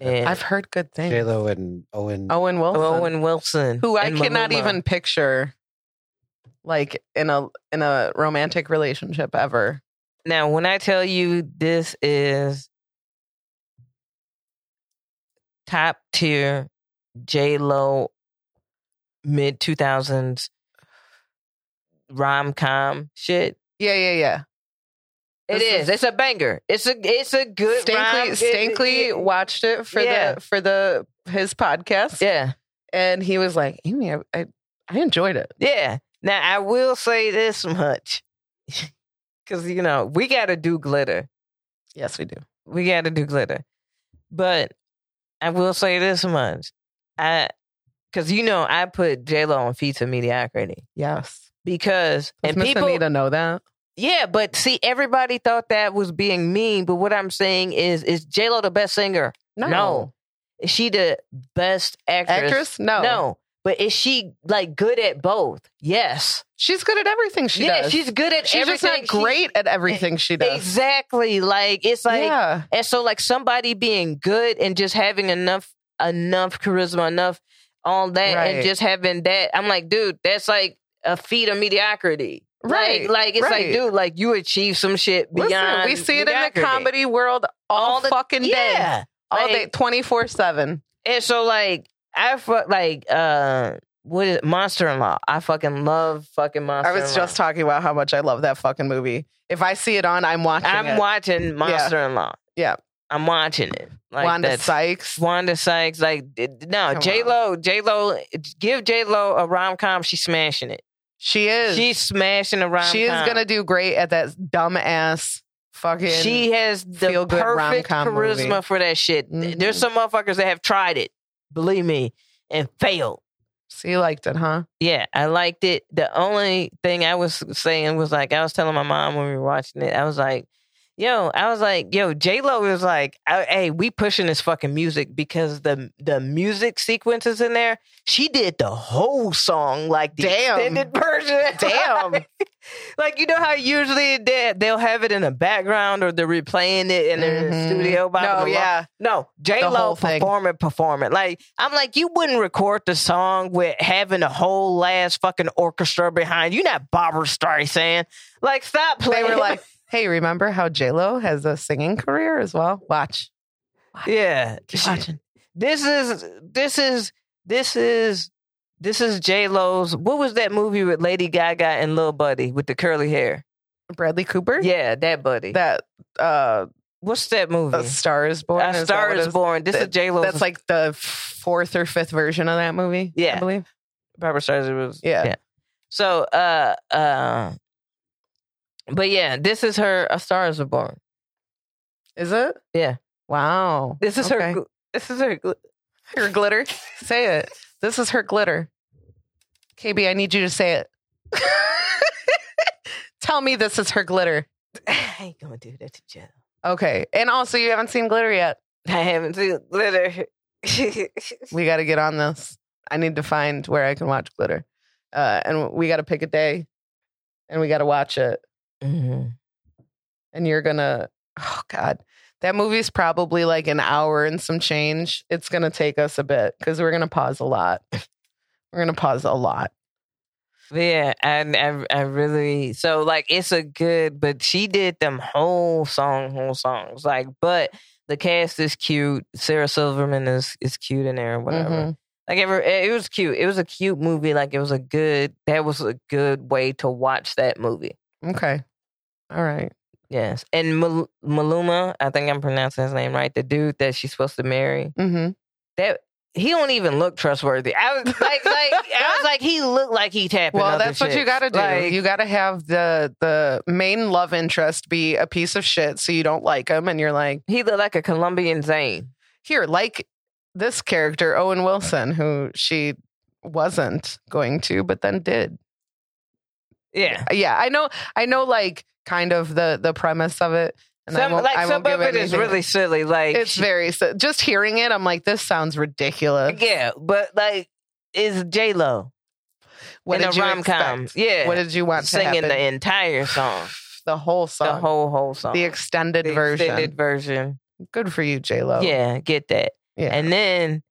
Speaker 1: And
Speaker 2: I've heard good things.
Speaker 3: J Lo and Owen.
Speaker 1: Oh.
Speaker 2: Owen Wilson,
Speaker 1: Owen Wilson,
Speaker 2: who I
Speaker 1: and
Speaker 2: cannot
Speaker 1: Maluma.
Speaker 2: even picture, like in a in a romantic relationship ever.
Speaker 1: Now, when I tell you this is top tier J Lo mid two thousands rom com shit.
Speaker 2: Yeah, yeah, yeah.
Speaker 1: It
Speaker 2: This
Speaker 1: is.
Speaker 2: is-
Speaker 1: It's a banger. It's a. It's a good.
Speaker 2: Stankly
Speaker 1: rom-
Speaker 2: Stankly watched it for
Speaker 1: Yeah.
Speaker 2: the for the his podcast,
Speaker 1: Yeah.
Speaker 2: and he was like, "Amy, I, I I enjoyed it."
Speaker 1: Yeah. Now I will say this much, because you know we got to do glitter.
Speaker 2: Yes, we do.
Speaker 1: we got to do glitter. But I will say this much, I because you know I put J Lo on feats of mediocrity
Speaker 2: Yes,
Speaker 1: because
Speaker 2: and
Speaker 1: and
Speaker 2: Miss
Speaker 1: people
Speaker 2: Anita know that.
Speaker 1: yeah, but see everybody thought that was being mean, but what I'm saying is is J Lo the best singer?
Speaker 2: No,
Speaker 1: No. Is she the best actress?
Speaker 2: actress. Oh. No,
Speaker 1: no. But is she like good at both? Yes.
Speaker 2: she's good at everything she
Speaker 1: yeah,
Speaker 2: does.
Speaker 1: she's good at
Speaker 2: she's just
Speaker 1: everything.
Speaker 2: not
Speaker 1: She-
Speaker 2: great at everything she does.
Speaker 1: Exactly. Like it's like
Speaker 2: yeah,
Speaker 1: And so like somebody being good and just having enough enough charisma, enough all that
Speaker 2: Right.
Speaker 1: and just having that, I'm like, dude, that's like a feat of mediocrity.
Speaker 2: Right,
Speaker 1: Like, like it's
Speaker 2: right.
Speaker 1: like, dude, like you achieve some shit beyond.
Speaker 2: Listen, we see it in the
Speaker 1: mediocrity.
Speaker 2: comedy world all,
Speaker 1: All the-
Speaker 2: fucking day.
Speaker 1: Yeah.
Speaker 2: all
Speaker 1: Like-
Speaker 2: day 24 7
Speaker 1: And so like I fuck like uh what is Monster in Law. I fucking love fucking Monster
Speaker 2: i was
Speaker 1: in Law.
Speaker 2: just talking about how much i love that fucking movie if i see it on i'm watching
Speaker 1: I'm
Speaker 2: it
Speaker 1: watching Monster in Law.
Speaker 2: Yeah.
Speaker 1: I'm watching it. Like
Speaker 2: wanda
Speaker 1: that's-
Speaker 2: sykes
Speaker 1: Wanda Sykes, like d- d- no,
Speaker 2: Come
Speaker 1: J Lo, J Lo, give J Lo a rom com. She's smashing it.
Speaker 2: she is
Speaker 1: She's smashing a rom com.
Speaker 2: she is gonna do great at that dumbass fucking
Speaker 1: She has the
Speaker 2: feel good
Speaker 1: perfect
Speaker 2: rom-com
Speaker 1: charisma
Speaker 2: movie.
Speaker 1: for that shit.
Speaker 2: Mhm.
Speaker 1: There's some motherfuckers that have tried it, believe me, and failed.
Speaker 2: so you liked it huh
Speaker 1: Yeah, I liked it. The only thing I was saying was like I was telling my mom when we were watching it. I was like, "Yo," I was like, "Yo," J Lo was like, I- "Hey, we pushing this fucking music because the the music sequences in there. She did the whole song like the
Speaker 2: Damn.
Speaker 1: extended version.
Speaker 2: Damn.
Speaker 1: like you know how usually they they'll have it in the background or they're replaying it in their
Speaker 2: Mhm.
Speaker 1: studio. by
Speaker 2: no
Speaker 1: the
Speaker 2: yeah
Speaker 1: no, J Lo
Speaker 2: whole thing.
Speaker 1: performing, performing. Like I'm like, you wouldn't record the song with having a whole last fucking orchestra behind. you not Barbara Streisand. Like, stop
Speaker 2: they
Speaker 1: playing.
Speaker 2: were like hey remember how j-lo has a singing career as well watch
Speaker 1: yeah,
Speaker 2: keep watching
Speaker 1: this is this is this is this is J Lo's. What was that movie with Lady Gaga and Lil Buddy with the curly hair?
Speaker 2: bradley cooper
Speaker 1: Yeah, that buddy.
Speaker 2: that uh
Speaker 1: What's that movie?
Speaker 2: a star is born
Speaker 1: A
Speaker 2: is that
Speaker 1: Star
Speaker 2: what
Speaker 1: is
Speaker 2: it
Speaker 1: Born. This is
Speaker 2: That-
Speaker 1: J Lo.
Speaker 2: that's like the fourth or fifth version of that movie i
Speaker 1: Yeah.
Speaker 2: believe
Speaker 1: Barbara Streisand was
Speaker 2: Yeah.
Speaker 1: So uh uh but yeah, this is her A Star is Born.
Speaker 2: Is it?
Speaker 1: Yeah.
Speaker 2: Wow.
Speaker 1: This is her
Speaker 2: Okay.
Speaker 1: gl- this is her gl-
Speaker 2: her glitter. say it. This is her glitter. KB, I need you to say it. Tell me this is her glitter.
Speaker 1: I ain't gonna do that to Jill.
Speaker 2: Okay. And also, you haven't seen glitter yet.
Speaker 1: I haven't seen glitter.
Speaker 2: We got to get on this. I need to find where I can watch glitter. Uh, and we got to pick a day and we got to watch it.
Speaker 1: Mhm.
Speaker 2: And you're going to, oh God, that movie's probably like an hour and some change. It's going to take us a bit because we're going to pause a lot. We're going to pause a lot.
Speaker 1: But yeah, and I, I really so like it's a good, but she did them whole song, whole songs. Like, but the cast is cute. Sarah Silverman is is cute in there, or whatever.
Speaker 2: Mhm.
Speaker 1: Like ever, it it was cute. It was a cute movie. Like it was a good. That was a good way to watch that movie.
Speaker 2: Okay. All right.
Speaker 1: Yes, and Mal- Maluma, I think I'm pronouncing his name right. The dude that she's supposed to marry.
Speaker 2: Mm-hmm.
Speaker 1: That he don't even look trustworthy. I was like, like I was like, he looked like he tapping.
Speaker 2: Well,
Speaker 1: other
Speaker 2: that's what you
Speaker 1: chicks.
Speaker 2: got to do.
Speaker 1: Like,
Speaker 2: you got to have the the main love interest be a piece of shit, so you don't like him, and you're like,
Speaker 1: he looked like a Colombian Zane.
Speaker 2: here, like this character Owen Wilson, who she wasn't going to, but then did.
Speaker 1: Yeah.
Speaker 2: Uh, Yeah, I know. I know, like kind of the the premise of it, and I
Speaker 1: Some,
Speaker 2: won't,
Speaker 1: like
Speaker 2: I won't
Speaker 1: some of
Speaker 2: give
Speaker 1: it is
Speaker 2: anything-
Speaker 1: really silly. Like
Speaker 2: It's
Speaker 1: she-
Speaker 2: very so- just hearing it. I'm like, this sounds ridiculous.
Speaker 1: yeah, but like is J Lo
Speaker 2: What
Speaker 1: in a
Speaker 2: did you
Speaker 1: rom com?
Speaker 2: expect?
Speaker 1: Yeah,
Speaker 2: What did you want to
Speaker 1: singing
Speaker 2: happen?
Speaker 1: the entire song,
Speaker 2: The whole song,
Speaker 1: the whole whole song,
Speaker 2: the extended
Speaker 1: The
Speaker 2: version.
Speaker 1: extended version.
Speaker 2: Good for you, J Lo.
Speaker 1: Yeah, get that.
Speaker 2: Yeah.
Speaker 1: And then,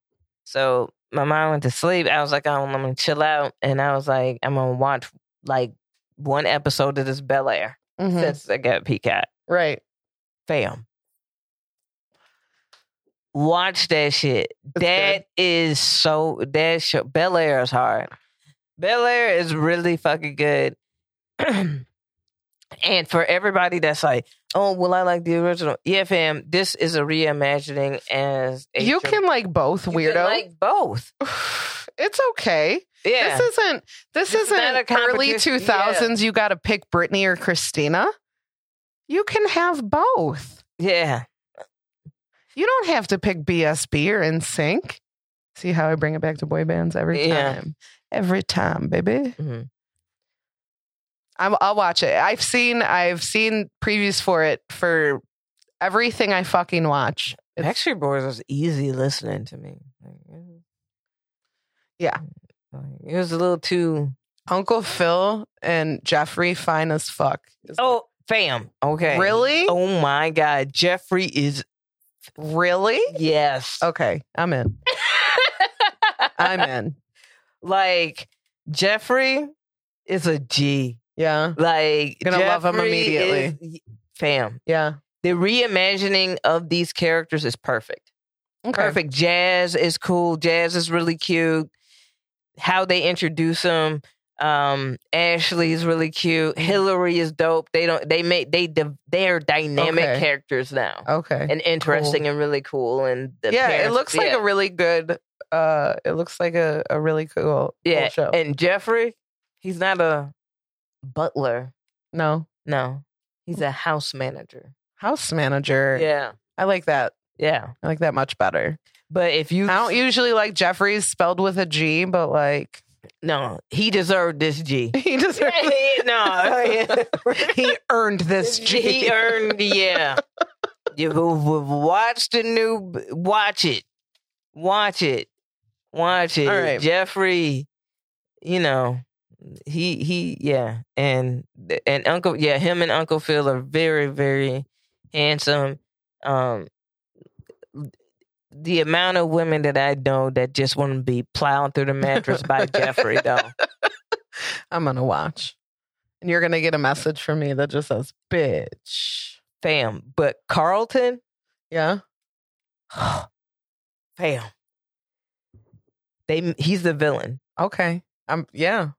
Speaker 1: so my mom went to sleep. I was like, oh, I'm gonna chill out, and I was like, I'm gonna watch like one episode of this Bel Air
Speaker 2: Mhm.
Speaker 1: since I got Peacock.
Speaker 2: Right.
Speaker 1: Fam. Watch that shit.
Speaker 2: That's
Speaker 1: That is so that show Bel Air is hard. Bel Air is really fucking good. and for everybody that's like, oh, well, I like the original. Yeah, fam, this is a reimagining as a
Speaker 2: you
Speaker 1: tri-
Speaker 2: can like both,
Speaker 1: You can
Speaker 2: weirdo.
Speaker 1: like both.
Speaker 2: it's okay.
Speaker 1: Yeah.
Speaker 2: This isn't this
Speaker 1: This is not
Speaker 2: isn't
Speaker 1: a
Speaker 2: early
Speaker 1: competition.
Speaker 2: two thousands. You got to pick Britney or Christina. You can have both.
Speaker 1: yeah.
Speaker 2: You don't have to pick BSB or NSYNC. See how I bring it back to boy bands every
Speaker 1: Yeah.
Speaker 2: time. Every time, baby.
Speaker 1: Mhm.
Speaker 2: I'm, I'll watch it. I've seen I've seen previews for it for everything I fucking watch. It's-
Speaker 1: Backstreet Boys was easy listening to me. Like, it was-
Speaker 2: Yeah.
Speaker 1: Like, It was a little too
Speaker 2: Uncle Phil and Jeffrey fine as fuck. Is
Speaker 1: Oh, fam. Okay.
Speaker 2: Really?
Speaker 1: Oh my God. Jeffrey is
Speaker 2: Really?
Speaker 1: yes.
Speaker 2: Okay, I'm in. I'm in.
Speaker 1: like Jeffrey is a G.
Speaker 2: Yeah,
Speaker 1: Like
Speaker 2: Gonna love him
Speaker 1: Jeffrey
Speaker 2: immediately.
Speaker 1: is- fam.
Speaker 2: yeah.
Speaker 1: The reimagining of these characters is perfect.
Speaker 2: Okay.
Speaker 1: Perfect. Jazz is cool. Jazz is really cute. How they introduce him. Um, Ashley is really cute.
Speaker 2: Mm-hmm.
Speaker 1: Hillary is dope. They don't. They make they de- they are dynamic
Speaker 2: Okay.
Speaker 1: characters now.
Speaker 2: Okay.
Speaker 1: and interesting and really cool. And the
Speaker 2: yeah, it
Speaker 1: parents-
Speaker 2: looks like
Speaker 1: yeah.
Speaker 2: a really good. Uh, it looks like a, a really cool,
Speaker 1: yeah.
Speaker 2: cool show.
Speaker 1: And Jeffrey, he's not a butler.
Speaker 2: no,
Speaker 1: No, he's a house manager.
Speaker 2: house manager.
Speaker 1: Yeah,
Speaker 2: I like that.
Speaker 1: yeah.
Speaker 2: I like that much better.
Speaker 1: But if you
Speaker 2: I don't usually like Jeffrey's spelled with a G, but like
Speaker 1: no, he deserved this G. Oh,
Speaker 2: he
Speaker 1: Yeah,
Speaker 2: deserves. Oh,
Speaker 1: he- no,
Speaker 2: he earned this G.
Speaker 1: he earned. Yeah, you who- who watch the new. Watch it. Watch it. Watch it.
Speaker 2: All right.
Speaker 1: Jeffrey, you know, he he yeah, and and Uncle yeah, him and Uncle Phil are very very handsome. Um, the amount of women that I know that just want to be plowed through the mattress by Jeffrey though.
Speaker 2: I'm gonna watch, and you're gonna get a message from me that just says "bitch."
Speaker 1: Fam, but Carlton,
Speaker 2: Yeah.
Speaker 1: fam. They he's the villain.
Speaker 2: Okay. I'm. Yeah.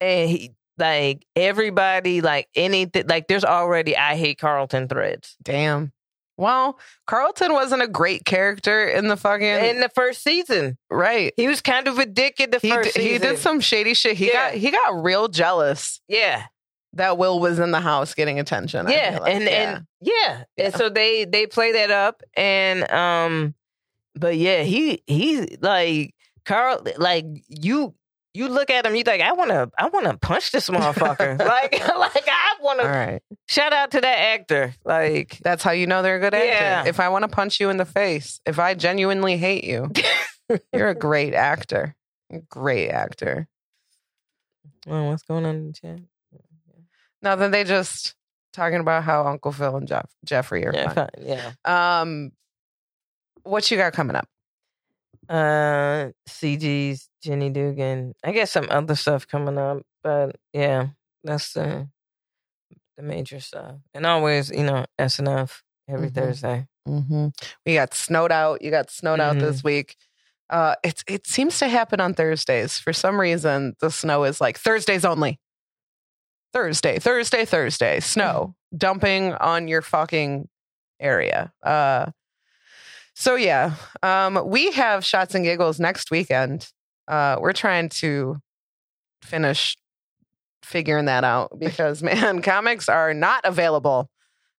Speaker 1: and he like everybody like anything like there's already I hate Carlton threads
Speaker 2: Damn. Well, Carlton wasn't a great character in the fucking
Speaker 1: in the first season.
Speaker 2: right.
Speaker 1: He was kind of a dick in the
Speaker 2: He
Speaker 1: first
Speaker 2: d- he
Speaker 1: season.
Speaker 2: did some shady shit. He
Speaker 1: Yeah.
Speaker 2: got he got real jealous
Speaker 1: yeah,
Speaker 2: that Will was in the house getting attention. I
Speaker 1: yeah,
Speaker 2: feel like.
Speaker 1: and and yeah. and
Speaker 2: Yeah.
Speaker 1: so they they play that up and um, but yeah, he he like Carl like you. You look at him, you think, I wanna I wanna punch this motherfucker. like like I wanna
Speaker 2: All right.
Speaker 1: shout out to that actor. Like
Speaker 2: That's how you know they're a good actor.
Speaker 1: Yeah.
Speaker 2: If I want to punch you in the face, if I genuinely hate you, you're a great actor. You're a great actor.
Speaker 1: well, what's going on in the chat?
Speaker 2: No, then they just talking about how Uncle Phil and Jeff Jeffrey are
Speaker 1: Yeah,
Speaker 2: fine.
Speaker 1: fine, yeah.
Speaker 2: Um what you got coming up?
Speaker 1: Uh CG's Jenny Dugan. I guess some other stuff coming up, but yeah, that's the the major stuff. And always, you know, SNF every
Speaker 2: Mhm.
Speaker 1: Thursday.
Speaker 2: Mm-hmm. We got snowed out. You got snowed out
Speaker 1: Mhm.
Speaker 2: this week. Uh, it's it seems to happen on Thursdays for some reason. The snow is like Thursdays only. Thursday, Thursday, Thursday. Snow dumping on your fucking area. Uh, so yeah, um, we have shots and giggles next weekend. Uh, we're trying to finish figuring that out because man, comics are not available.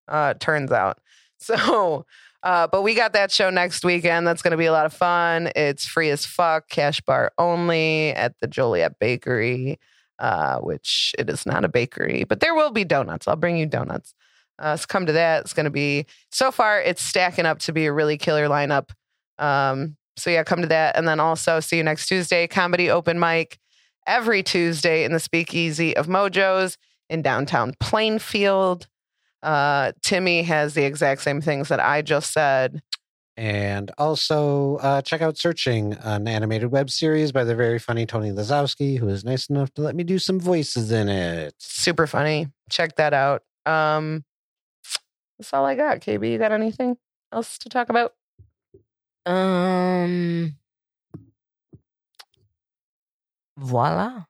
Speaker 2: Uh, turns out. So, uh, but we got that show next weekend. That's going to be a lot of fun. It's free as fuck, cash bar only at the Joliet Bakery, uh, which it is not a bakery, but there will be donuts. I'll bring you donuts. Uh, so come to that. It's going to be so far. It's stacking up to be a really killer lineup. Um, so yeah, come to that, and then also see you next Tuesday. Comedy open mic every Tuesday in the Speakeasy of Mojos in downtown Plainfield. Uh, Timmy has the exact same things that I just said.
Speaker 3: And also uh, check out Searching, an animated web series by the very funny Tony Lazowski, who is nice enough to let me do some voices in it.
Speaker 2: Super funny. Check that out. Um, that's all I got. KB, you got anything else to talk about?
Speaker 1: Um. Voila.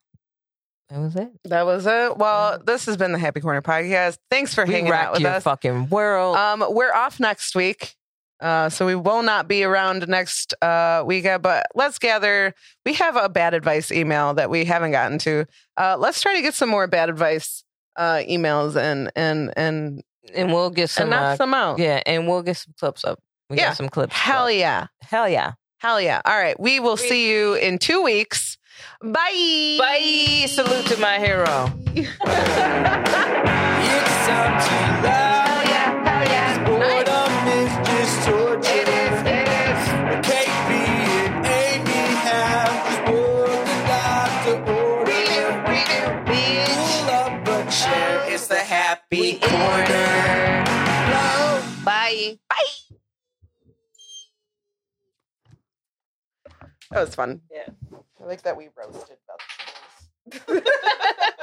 Speaker 1: That was it.
Speaker 2: That was it. Well, this has been the Happy Corner Podcast. Thanks for hanging
Speaker 1: we rock
Speaker 2: out with
Speaker 1: your
Speaker 2: us.
Speaker 1: fucking world.
Speaker 2: Um, we're off next week. Uh, so we will not be around next uh, weekend, but let's gather. We have a bad advice email that we haven't gotten to. Uh, let's try to get some more bad advice uh, emails and and and
Speaker 1: and we'll get some.
Speaker 2: and knock
Speaker 1: uh,
Speaker 2: some out.
Speaker 1: yeah, and we'll get some clips up. We
Speaker 2: Yeah.
Speaker 1: got some clips.
Speaker 2: Hell
Speaker 1: up.
Speaker 2: yeah.
Speaker 1: Hell yeah.
Speaker 2: Hell yeah. All right. We will see you in two weeks. Bye.
Speaker 1: Bye. Salute to my hero.
Speaker 5: It's time to laugh. Boredom is just torture. Can't be in any half. Just bored to die to order. Pull up a chair. It's the happy corner. Blow.
Speaker 1: Bye.
Speaker 2: That was fun.
Speaker 1: Yeah.
Speaker 2: I like that we roasted about this.